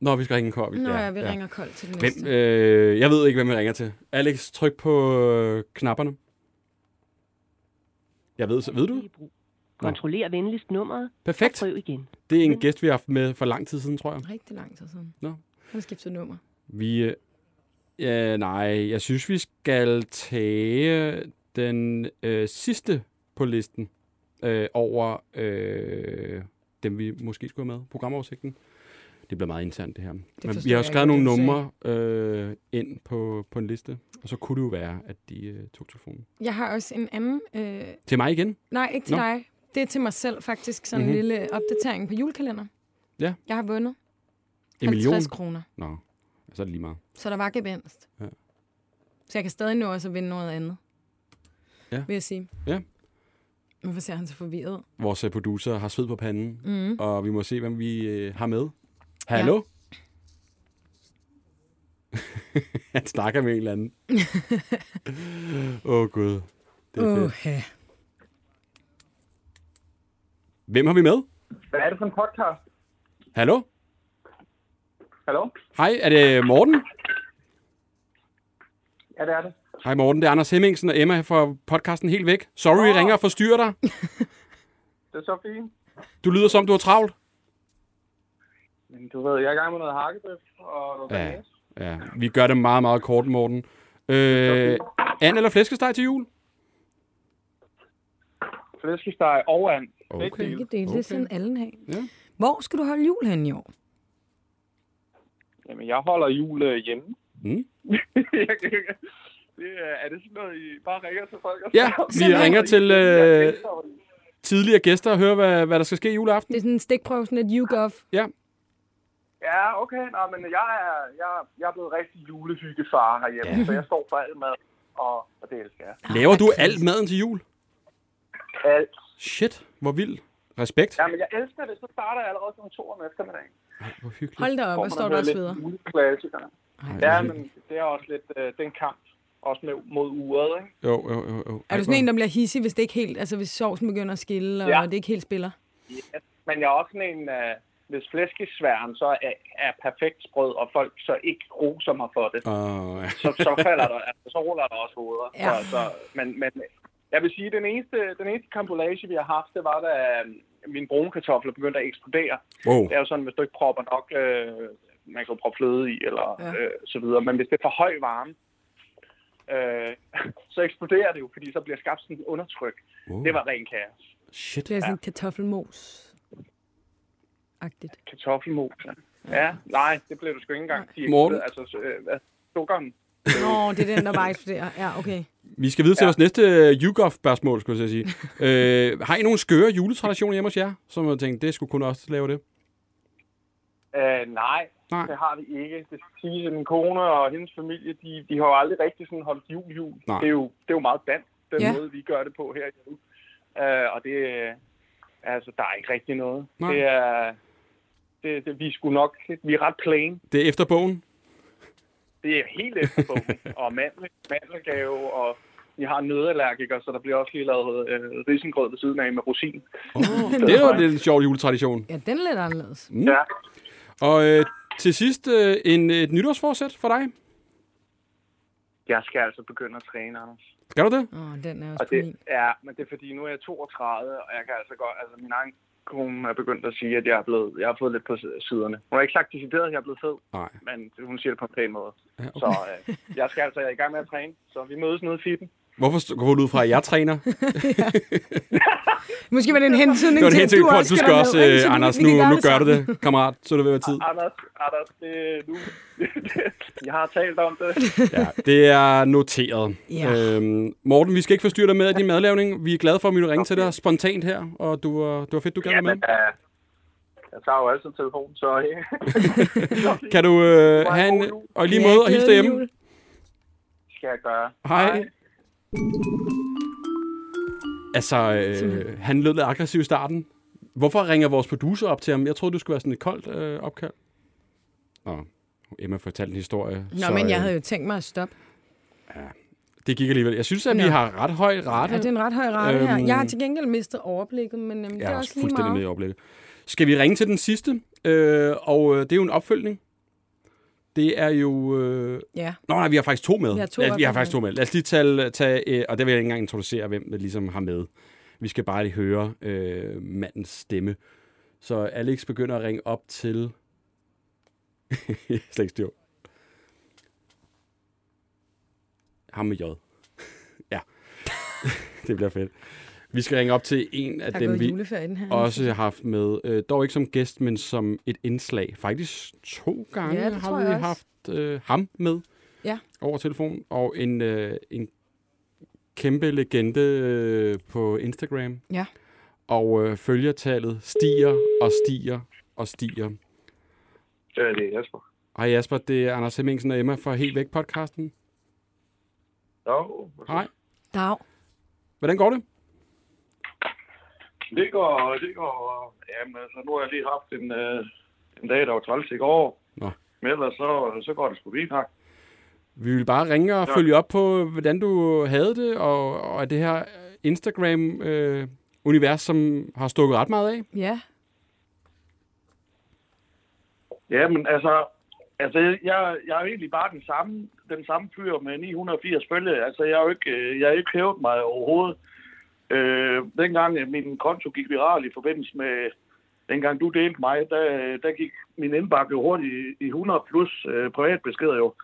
Nå, vi skal ringe en kop.
Nå ja, vi ja. ringer koldt til den næste.
Hvem, øh, jeg ved ikke, hvem jeg ringer til. Alex, tryk på øh, knapperne. Jeg ved, så ved du?
Kontroller venligst nummeret og
Perfekt.
prøv igen.
Det er en gæst, vi har haft med for lang tid siden, tror jeg.
Rigtig lang tid siden.
Nå.
Han har skiftet nummer.
Vi, øh, ja, nej, jeg synes, vi skal tage den øh, sidste på listen øh, over øh, dem, vi måske skulle have med. Programoversigten. Det bliver meget internt, det her. Men
forstår
vi har jo
jeg
skrevet
ikke,
nogle
hvad du
numre øh, ind på, på en liste, og så kunne det jo være, at de øh, tog telefonen.
Jeg har også en anden... Øh,
Til mig igen.
nej, ikke til
Nå.
Nå. dig. Det er til mig selv faktisk. Sådan
Mhm.
en lille opdatering på julekalender.
Ja.
Jeg har vundet
En million?
50 kroner.
Nå, så er det lige meget.
Så der var gevinst.
Ja.
Så jeg kan stadig nå også at vinde noget andet.
Ja.
Vil jeg sige.
Ja.
Hvorfor ser han så forvirret? ud?
Vores øh, producer har sved på panden,
Mhm.
og vi må se, hvem vi øh, har med. Hallo? *laughs* Han snakker med en eller anden. Åh, oh, Gud. Det er fedt.
Uha.
Hvem har vi med?
Hvad er det for en podcast?
Hallo?
Hallo?
Hej, er det Morten?
Ja, det er det.
Hej Morten, det er Anders Hemmingsen og Emma fra podcasten Helt Væk. Sorry, oh. jeg ringer og forstyrrer dig.
Det er så fint.
Du lyder som, du har travlt.
Men du ved, jeg er i gang med noget hakkedrift og noget
ja. ja. Vi gør det meget, meget kort, Morten. Øh, and eller flæskesteg til jul?
flæskesteg og and.
Okay.
Begge dele.
Begge dele, det er sådan alle en have.
Ja.
Hvor skal du holde jul hen i år?
Jamen, jeg holder jul øh, hjemme. *laughs*
Mm.
Jeg kan ikke- det, er, er det sådan noget, I bare ringer til folk? og *laughs*
Ja,
spørger?
vi ringer til øh, tidligere gæster og hører, hvad, hvad der skal ske juleaften.
Det er sådan en stikprøve, sådan et YouGov.
Ja.
Ja, okay. Nå, men jeg er, jeg, jeg er blevet rigtig julehyggefar herhjemme,
Ja.
ja. så jeg står for alt mad, og, og det elsker jeg.
Ah,
Laver du alt maden til jul?
Alt.
Shit, hvor vild. Respekt.
Jamen, jeg elsker det, så starter jeg allerede som to om eftermiddagen.
Hvor hyggeligt.
Hold da op,
Hvor
og
man
står
har
du og
lidt
sveder.
juleklassikere.
hvor
Ja,
hyggeligt.
men det er også lidt øh, den kamp, også med, mod uret, ikke?
Jo, jo, jo. jo.
Er du sådan en, der bliver hissig, hvis det ikke helt, altså hvis sovsen begynder at skille, og
Ja.
ja. det ikke helt spiller?
Ja, men jeg er også sådan en, øh, hvis flæskesværen så er, er perfekt sprød, og folk så ikke roser mig for det,
Uh,
så, så falder der, altså, så ruller der også hoveder.
Ja.
Så, så, men, men jeg vil sige, den eneste, den eneste kampolage, vi har haft, det var, da øh, mine brune kartofler begyndte at eksplodere.
Wow.
Det er jo sådan, hvis du ikke propper nok, øh, man kan jo proppe fløde i, eller
Ja.
ja. øh, så videre. Men hvis det er for høj varme, øh, *laughs* så eksploderer det jo, fordi så bliver skabt sådan et undertryk.
Wow.
Det var ren kaos.
Shit.
Det er sådan en kartoffelmos. Agtigt.
Kartoffelmos, ja. Ja, nej, det blev du sgu ikke engang. De
Morten?
eksploderede, Altså, øh, hvad? Sukkeren.
Nå, det er den, der bare studerer. Ja, okay.
*laughs* Vi skal videre til ja. vores næste øh, YouGov-spørgsmål, skulle jeg til at sige. øh, har I nogle skøre juletraditioner hjemme hos jer, som jeg tænkte, det skulle kun også lave det?
Øh, nej,
nej,
det har vi ikke. Det skal sige, at min kone og hendes familie, de, de har jo aldrig rigtig sådan holdt jul jul.
Nej.
Det er, jo, det er jo meget dansk, den
Ja.
ja. måde, vi gør det på her i øh, Og det, øh, altså, der er ikke rigtig noget.
Nej.
Det er, det, det, vi er sgu nok, vi er ret plain.
Det er efter
*laughs*
bogen.
Det er helt efter
*laughs*
bogen. og mandel, mandelgave, og vi har nødallergiker, så der bliver også lige lavet øh, risengrød ved siden af med rosin.
Oh. det er jo lidt en sjov juletradition.
Ja, den er lidt anderledes.
Mm. Ja. Og øh, til sidst, øh, en, et nytårsforsæt for dig.
Jeg skal altså begynde at træne, Anders.
Skal du det?
Åh, oh, den er også
Og det, ja, men det er fordi, nu er jeg 32, og jeg kan altså godt... Altså, min egen kone er begyndt at sige, at jeg er blevet, jeg har fået lidt på siderne. Hun har ikke sagt decideret, at jeg er blevet fed,
Nej.
men hun siger det på en pæn måde.
Ja, okay.
Så øh, jeg skal altså jeg er i gang med at træne, så vi mødes nede i fitten.
Hvorfor går du ud fra, at jeg
*laughs*
træner?
Måske var det en hensynning
Det var en
til, at
hensigt,
du,
du,
også
du skal
derned,
også,
ikke? Så
øh,
vi-
Anders,
vi
nu,
kan gøre
nu
det
gør du
sammen. Ah,
det, kammerat, så er det ved at være tid.
Anders, Anders, det,
*laughs*
nu... jeg har talt om det. *laughs*
Ja, det er noteret.
Ja.
Øhm, Morten, vi skal ikke forstyrre dig med af din madlavning. Vi er glade for, at vi ville ringe til dig spontant her, og du var, det var fedt, du gerne var med.
Jamen, øh, jeg tager jo altid telefonen, så...
*laughs*
Øh.
Kan du øh, have en... Og i lige måde, og hilse derhjemme.
Skal jeg gøre.
Hej. Altså, øh, han lød lidt aggressiv i starten. Hvorfor ringer vores producer op til ham? Jeg troede, du skulle være sådan et koldt øh, opkald. Nå, Emma fortalte en historie.
Nå,
så,
men jeg
øh,
havde jo tænkt mig at stoppe.
Det gik alligevel. Jeg synes, at vi
Nå.
har ret høj rate.
Ja, det er en ret høj rate her.
Øhm,
Jeg har til gengæld mistet overblikket, men øhm, det
Jeg
er
er
også
også
lige
fuldstændig med i
meget.
oplægget. Skal vi ringe til den sidste? Øh, og øh, det er jo en opfølgning. Det er jo... Øh...
Ja.
Nå nej, vi har faktisk to med.
Vi har to
Lad, vi har
opfølgninger.
faktisk to med. Lad os lige tage... tage øh, og der vil jeg ikke engang introducere, hvem der ligesom har med. Vi skal bare lige høre øh, mandens stemme. Så Alex begynder at ringe op til... *laughs* Jeg har slet ikke styr. Ham med J. *laughs* ja. *laughs* det bliver fedt. Vi skal ringe op til en af
Der er
dem,
gået
vi
juleferie i den her
også har haft med. Øh, dog ikke som gæst, men som et indslag. Faktisk to gange
Ja, det
har
tror
vi
jeg også.
haft øh, ham med
Ja.
over telefonen. Og en, øh, en kæmpe legende øh, på Instagram.
Ja.
Og øh, følgertallet stiger og stiger og stiger.
Det er det, Jesper.
Hej Jasper, det er Anders Hemmingsen og Emma fra Helt Væk podcasten.
Jo,
Hej.
Dag.
Hvordan går det?
Det går, det går. Jamen, altså, nu har jeg lige haft en, øh, en dag, der var træls i går.
Nå.
Men ellers så, så går det sgu fint, tak.
Vi vil bare ringe og
Ja.
følge op på, hvordan du havde det, og, og er det her Instagram-univers, som har stukket ret meget af.
Ja.
Jamen, altså,
Altså, jeg, jeg er jo egentlig bare den samme, den samme fyr med 980 følge. Altså, jeg har jo ikke, øh, jeg har ikke hævet mig overhovedet. Øh, dengang øh, min konto gik viral i forbindelse med, dengang du delte mig, der, øh, der gik min indbakke hurtigt i, i 100 plus øh, privatbeskeder jo.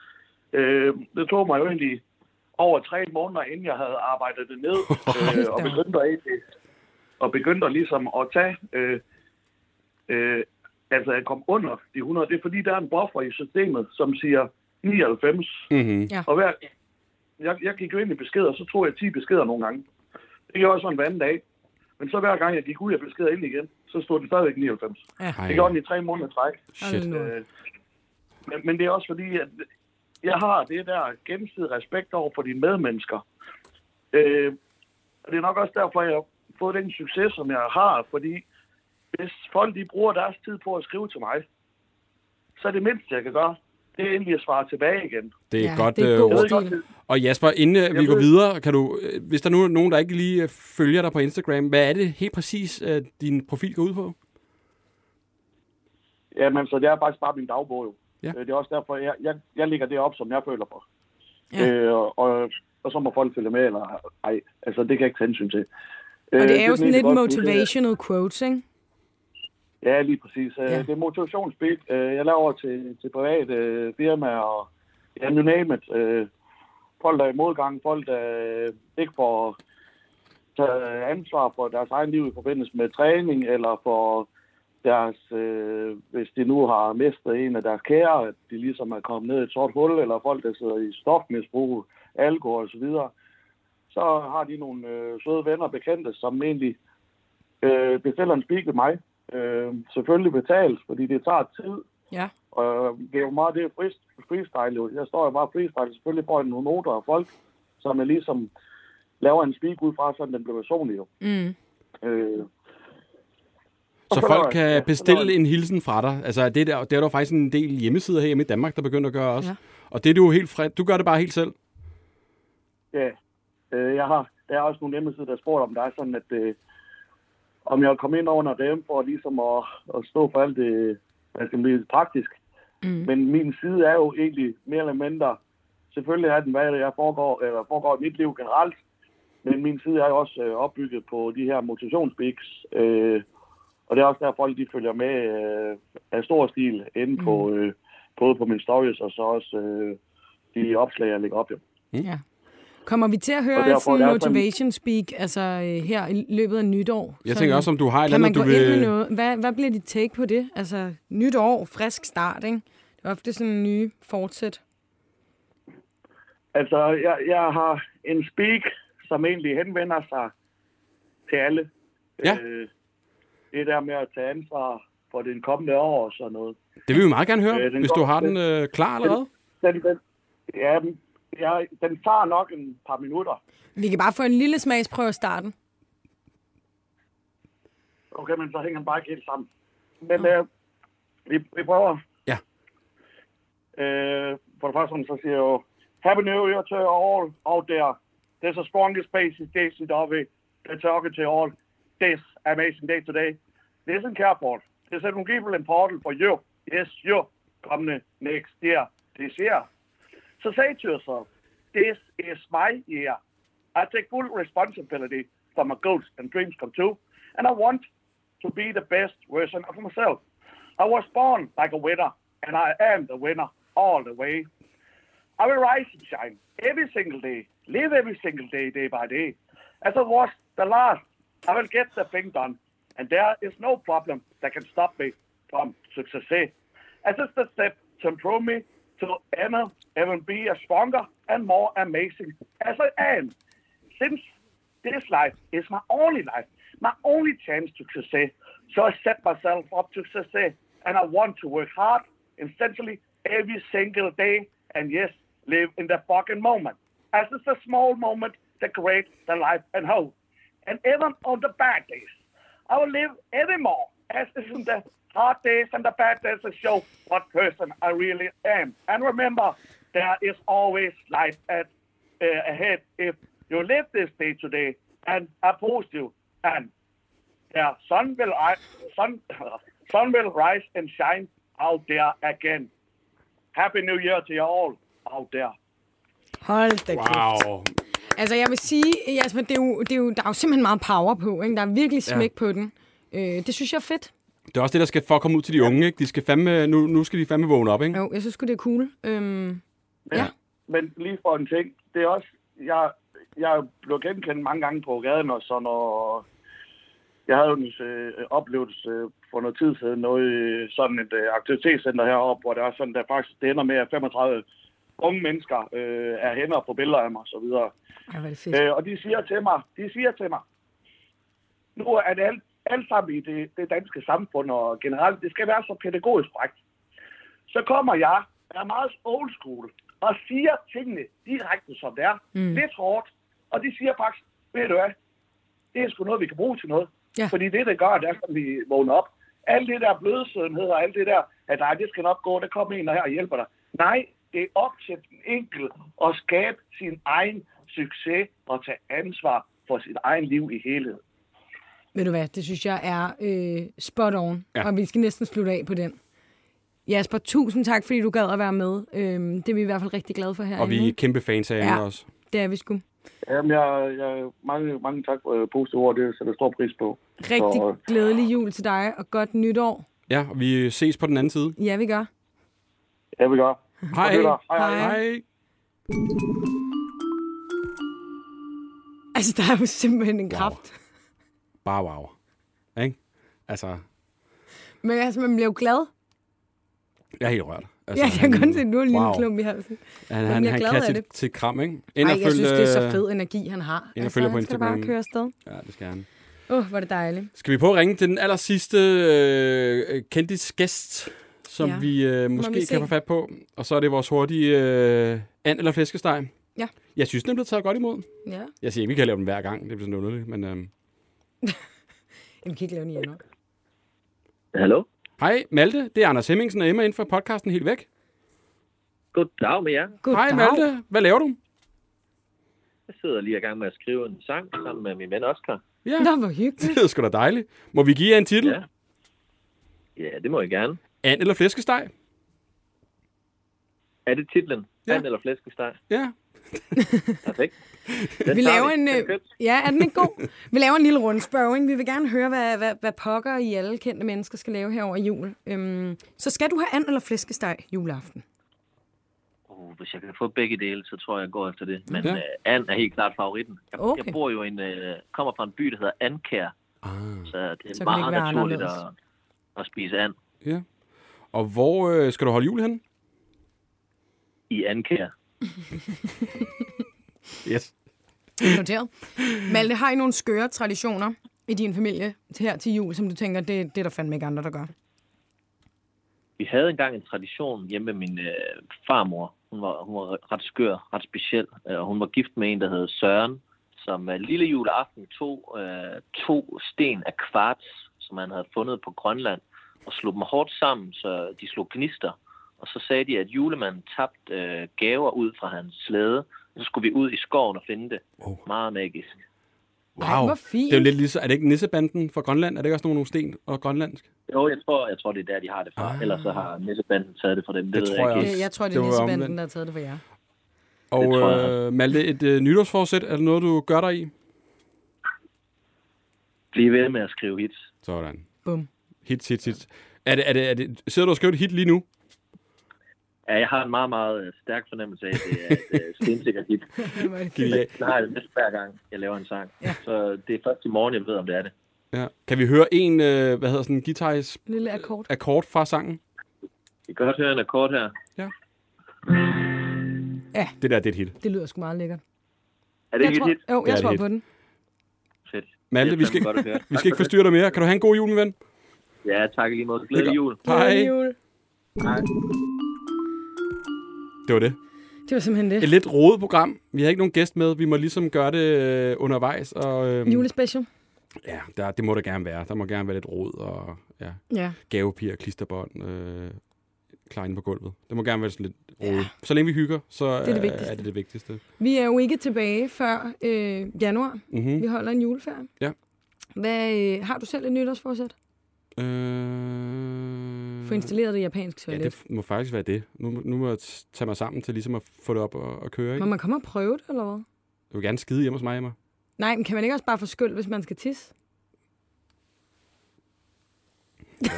Øh, det tog mig jo egentlig over tre måneder, inden jeg havde arbejdet det ned, øh, og begyndte, at, egentlig- og begyndte at ligesom at tage, øh, øh, altså at komme under de 100. Det er fordi, der er en buffer i systemet, som siger 99.
Mm-hmm.
Ja. Og hver, jeg, jeg gik jo ind i beskeder, så tog jeg 10 beskeder nogle gange. Det gjorde jeg sådan hver anden dag. Men så hver gang jeg gik ud af beskeder ind igen, så stod den stadigvæk 99.
Ja.
Det gjorde den i tre måneder i træk.
Shit.
Øh, men, men det er også fordi, at jeg har det der gensidige respekt over for dine medmennesker. Øh, og det er nok også derfor, jeg har fået den succes, som jeg har, fordi hvis folk de bruger deres tid på at skrive til mig, så er det mindste, jeg kan gøre, det er egentlig at svare tilbage igen.
Det er ja, godt øh, det er ord. Og Jasper, inden øh, vi går videre, kan du, øh, hvis der nu er nogen, der ikke lige øh, følger dig på Instagram, hvad er det helt præcis, øh, din profil går ud på?
Jamen, så det er faktisk bare min dagbog jo.
Ja.
Øh, Det er også derfor, jeg, jeg, jeg lægger det op, som jeg føler for. Ja. Øh, og, og, og så må folk følge med, eller ej. Altså, det kan jeg ikke tage hensyn til.
Og det er jo sådan
den egentlig
lidt
godt,
motivational quotes, ikke?
det er- Ja, lige præcis.
Ja.
Ja. Det er motivationsspil. Øh, Jeg laver til, til private øh, firmaer og ja, you name it. Øh, Folk, der er i modgang, folk, der øh, ikke får taget ansvar for deres egen liv i forbindelse med træning, eller for deres, øh, hvis de nu har mistet en af deres kære, at de ligesom er kommet ned i et sort hul, eller folk, der sidder i stofmisbrug, alkohol osv., så, så har de nogle øh, søde venner og bekendte, som egentlig øh, bestiller en speak ved mig. Øh, selvfølgelig betalt, fordi det tager tid,
Ja.
og det er jo meget det er free- freestyle. jo. Jeg står jo bare og freestyle. Selvfølgelig får jeg nogle noter af folk, som jeg ligesom laver en speak ud fra, sådan den bliver personlig jo.
Mm.
Øh, Og
Så
så
folk
laver jeg-
kan
ja, så laver
bestille
jeg-
en hilsen fra dig. Altså, det er der, det er der jo faktisk en del hjemmesider her i Danmark, der begynder at gøre også.
Ja.
Ja. Og det er du jo helt fred. Du gør det bare helt selv.
Ja, øh, jeg har, der er også nogle hjemmesider, der spurgte om dig, sådan at øh, om jeg vil komme ind under dem for ligesom at, at stå for alt det, hvad skal man sige, praktisk.
Mm.
Men min side er jo egentlig mere eller mindre, selvfølgelig er den, hvad jeg foregår, eller foregår i mit liv generelt, men min side er jo også øh, opbygget på de her motivationspiks, øh, og det er også der, folk de følger med øh, af stor stil inde mm. på, øh, både på mine stories og så også øh, de opslag, jeg lægger op. Jo.
Ja. Kommer vi til at
Og
høre
derfor
sådan
er der
motivation speak altså, øh, her i løbet af nytår?
Jeg tænker også, om du har et eller
kan man
andet,
gå
du
ind
vil-
med noget? Hvad, hvad bliver dit take på det? Altså, nytår, frisk start, ikke? Det er ofte sådan nye fortsæt.
Altså, jeg, jeg har en speak, som egentlig henvender sig til alle.
Ja.
Øh, det der med at tage ansvar for det kommende år og sådan noget.
Det vil vi meget gerne høre,
Øh, den
hvis du
går-
har den øh, klar eller hvad.
Den, den, ja, den, jeg, den tager nok en par minutter.
Vi kan bare få en lille smagsprøve at starten.
Okay, men så hænger den bare ikke helt sammen. Men øh, vi, vi prøver.
Ja.
Øh, for det første, så siger jeg jo, Happy New Year to all out there. There's a strongest basis days in Derby. They're talking to all this amazing day today. Listen careful. There's an people important for you. Yes, you. Coming next year. This year. So say to yourself, this is my year. I take full responsibility for my goals and dreams come true. And I want to be the best version of myself. I was born like a winner, and I am the winner all the way. I will rise and shine every single day, live every single day, day by day. As I was the last, I will get the thing done, and there is no problem that can stop me from success. As it's the step to improve me to ever, even be a stronger and more amazing as I am. Since this life is my only life, my only chance to succeed. So I set myself up to succeed, and I want to work hard, intensely every single day, and yes, live in the fucking moment. As it's a small moment that creates the life and hope. And even on the bad days, I will live every more, as is in the hard days and the bad days to show what person I really am. And remember, there is always life at, uh, ahead if you live this day today and oppose you. And the sun will, *laughs* I, sun, sun will rise and shine out there again. Happy New Year to you all out there.
Hold da kæft.
Wow.
Altså, jeg vil sige, Jasper, det er jo, det er jo, der er jo simpelthen meget power på. Ikke? Der er virkelig
Ja.
smæk på den. Øh, det synes jeg er fedt.
Det er også det, der skal for at komme ud til de unge, ikke? De skal fandme, nu, nu skal de fandme vågne op, ikke?
Jo, jeg synes sgu, det er cool. Øhm,
Men, ja. men lige for en ting, det er også, jeg, jeg blev genkendt mange gange på gaden og sådan, og jeg havde en øh, oplevelse øh, for noget tid siden, noget øh, sådan et øh, aktivitetscenter heroppe, hvor det er sådan, der faktisk det ender med, at 35 unge mennesker øh, er henne og på billeder af mig og så videre.
Ej, hvor er det fedt.
Øh, og de siger til mig, de siger til mig, nu er det alt, alt sammen i det, det danske samfund, og generelt, det skal være så pædagogisk frækt. Så kommer jeg, jeg er meget old school, og siger tingene direkte, som det er.
Mm.
Mm. Lidt hårdt, og de siger faktisk, ved du hvad, det er sgu noget, vi kan bruge til noget.
Ja.
Fordi det, der gør, det er, at vi vågner op. Alt det der blødsødenhed og alt det der, at nej, det skal nok gå, der kommer en her og hjælper dig. Nej, det er op til den enkelte at skabe sin egen succes og tage ansvar for sit egen liv i helhed.
Ved du hvad, det synes jeg er øh, spot on,
Ja.
ja. og vi skal næsten slutte af på den. Jasper, tusind tak, fordi du gad at være med. Øhm, det er vi i hvert fald rigtig glade for herinde.
Og vi er
ikke?
kæmpe fans af
Ja.
ja. også.
Det er vi sgu.
Jamen, jeg, jeg, mange, mange tak for øh, positive ord, det sætter jeg stor pris på.
Rigtig
Så, øh,
glædelig jul til dig, og godt nytår.
Ja, og vi ses på den anden side.
Ja, vi gør.
ja, vi gør.
Hej.
Godt nytår.
Hej.
Altså, der er jo simpelthen en kraft.
Bare wow. Ikke? Altså,
Men altså, man bliver jo glad.
jeg er helt rørt.
Altså,
Altså,
jeg kan godt se, at du har en lille
wow.
klump i halsen.
Han,
Man
han,
bliver
han
glad
kan
af
sit,
det.
sit kram, ikke?
Ej, jeg
at
synes, det er så
følge-
fed energi, han har. Altså,
Ind og følge på
han skal da
Instagram.
bare køre afsted.
Ja, det skal han.
Åh, oh, hvor er det dejligt.
Skal vi prøve at ringe til den aller sidste øh, kendtis gæst, som
Ja.
ja. vi øh,
Må
måske
vi
vi
se?
kan få fat på? Og så er det vores hurtige øh, and eller flæskesteg.
Ja.
Jeg synes, den er blevet taget godt imod.
Ja.
Jeg siger ikke, vi kan lave den hver gang. Det bliver sådan underligt, men... Øh,
Jamen, vi kan ikke lave den i januar.
Hallo? Hej, Malte. Det er Anders Hemmingsen og Emma inden for podcasten Helt Væk.
Goddag med jer.
Hej, Malte. Hvad laver du?
Jeg sidder lige i gang med at skrive en sang sammen med min ven Oscar.
Ja.
Nå, hvor hyggeligt.
Det er sgu da dejligt. Må vi give jer en titel?
Ja. Ja, det må jeg gerne.
And eller flæskesteg?
Er det titlen?
Ja.
And eller flæskesteg?
Ja.
*laughs*
Perfekt. Den
Vi
tager
laver en, øh, ja, er den ikke
*laughs*
god? Vi laver en lille rundspørg. Ikke? Vi vil gerne høre, hvad, hvad, hvad pokker I alle kendte mennesker skal lave her over jul. Øhm, så skal du have and eller flæskesteg juleaften?
Uh, hvis jeg kan få begge dele, så tror jeg, jeg går efter det. Men
Ja.
ja. uh, And er helt klart favoritten. Jeg,
Okay.
okay. jeg bor jo i en, uh, kommer fra en by, der hedder Ankær. Ah. Så det er
Så kan det
så
ikke
meget
være
naturligt at,
anderledes.
at spise and
Ja. Og hvor øh, skal du holde jul hen?
i Ankær.
Yes.
Noteret. Malte, har I nogle skøre traditioner i din familie her til jul, som du tænker, det, det er der fandme ikke andre, der gør?
Vi havde engang en tradition hjemme med min øh, farmor. Hun var, hun var ret skør, ret speciel. Øh, hun var gift med en, der hed Søren, som øh, lille juleaften tog øh, to sten af kvarts, som han havde fundet på Grønland, og slog dem hårdt sammen, så de slog gnister. Og så sagde de, at julemanden tabte øh, gaver ud fra hans slæde. Så skulle vi ud i skoven og finde det.
Oh.
Meget magisk.
Wow.
Ej, hvor fint.
Det er jo lidt ligesom... Er det ikke Nissebanden fra Grønland? Er det ikke også nogle sten og grønlandsk?
Jo, jeg tror, jeg tror, det er der, de har det fra. Ah. Ellers så har nissebanden taget det fra dem. Det,
Det
ved
tror jeg
ikke.
også.
Jeg tror, det
Det
er
var
nissebanden,
omvendt.
der har taget det for jer.
Og
tror jeg.
øh, Malte, et øh, nytårsforsæt, er det noget, du gør dig i?
Bliv ved med at skrive hits.
Sådan.
Bum.
Hits, hits, hits. Er det, er det, er det, sidder du og skriver et hit lige nu?
Ja, jeg har en meget, meget øh, stærk fornemmelse af, at det er et øh, stensikkert *laughs* hit.
Genialt.
Jeg har det næsten hver gang, jeg laver en sang. Ja. Så det er først i morgen, jeg ved, om det er det.
Ja. Kan vi høre en, øh, hvad hedder sådan en guitarist
Lille akkord.
akkord fra sangen?
Vi kan godt høre en akkord her.
Ja.
Ja.
Det der, det er et hit.
Det lyder sgu meget lækkert.
Er det
jeg
ikke et
tror,
hit?
Jo,
Det er
jeg
et
tror
hit.
på den.
Fedt.
Malte,
Det er
vi skal,
fandme godt at høre.
vi
Tak
skal ikke
for det.
forstyrre dig mere. Kan du have en god jul, min ven?
Ja, tak i lige måde. Glædelig jul.
Hej.
jul.
Hej.
Det var det.
Det var simpelthen det.
Et lidt rodet program. Vi har ikke nogen gæst med. Vi må ligesom gøre det øh, undervejs. Og, øh,
Julespecial.
Ja, der, det må der gerne være. Der må gerne være lidt rod og ja,
Ja.
gavepiger, klisterbånd, øh, kleine på gulvet. Det må gerne være sådan lidt rodet. Ja. Så længe vi hygger, så det er,
det
det
vigtigste.
er det det vigtigste.
Vi er jo ikke tilbage før øh, januar.
Mhm.
Vi holder en juleferie.
Ja.
Hvad, øh, har du selv et nytårsforsæt?
Øh,
Få installeret det japanske
Ja,
toilet.
det må faktisk være det. Nu, må- nu må jeg t- tage mig sammen til ligesom at få det op og, og køre,
Må
ikke?
man komme og prøve det, eller hvad?
Du vil gerne skide hjemme hos mig, Emma.
Nej, men kan man ikke også bare få skyld, hvis man skal tisse?
Det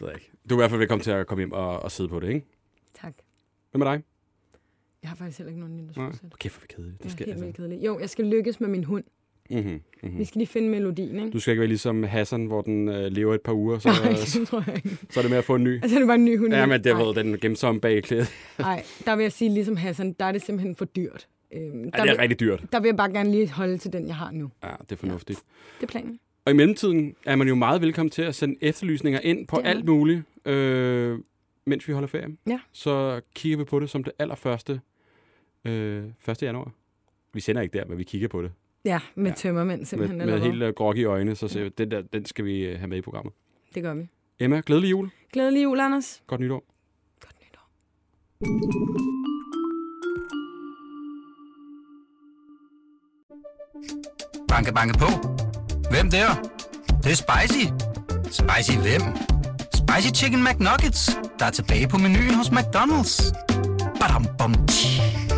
ved jeg ikke. Du er i hvert fald velkommen til at komme hjem og, og sidde på det, ikke?
Tak.
Hvad med dig?
Jeg har faktisk heller ikke nogen
Nej.
nytårsforsæt.
Okay, for vi kedeligt. Det
Det
skal,
er helt
altså.
vildt kedeligt. Jo, jeg skal lykkes med min hund.
mm-hmm,
Mm.
mm-hmm.
Vi skal lige finde melodien, ikke?
Du skal ikke være ligesom Hassan, hvor den øh, lever et par uger, så,
Nej, *laughs*
så,
det tror jeg ikke.
så er det med at få en ny.
Altså, det var en ny hund.
Ja, men det
Nej.
ved den gemte sig om bag klædet. *laughs*
Nej, der vil jeg sige, ligesom Hassan, der er det simpelthen for dyrt. Øhm,
Ja, det er rigtig dyrt.
Der vil jeg bare gerne lige holde til den, jeg har nu.
Ja, det er fornuftigt.
Det er planen.
Og i mellemtiden er man jo meget velkommen til at sende efterlysninger ind på
Det er
alt
man.
muligt, øh, mens vi holder ferie.
Ja.
Så kigger vi på det som det allerførste øh, 1. januar. Vi sender ikke der, men vi kigger på det.
Ja, med ja. tømmermænd simpelthen.
med,
eller
med
hvad?
helt øh, grog i øjnene, så ser vi, den, der, den skal vi øh, have med i programmet.
Det gør vi.
Emma, glædelig jul.
Glædelig jul, Anders.
Godt nytår.
Banke, banke på. Hvem der? Det, det er spicy. Spicy hvem? Spicy Chicken McNuggets, der er tilbage på menuen hos McDonald's. Badum, bom, tji.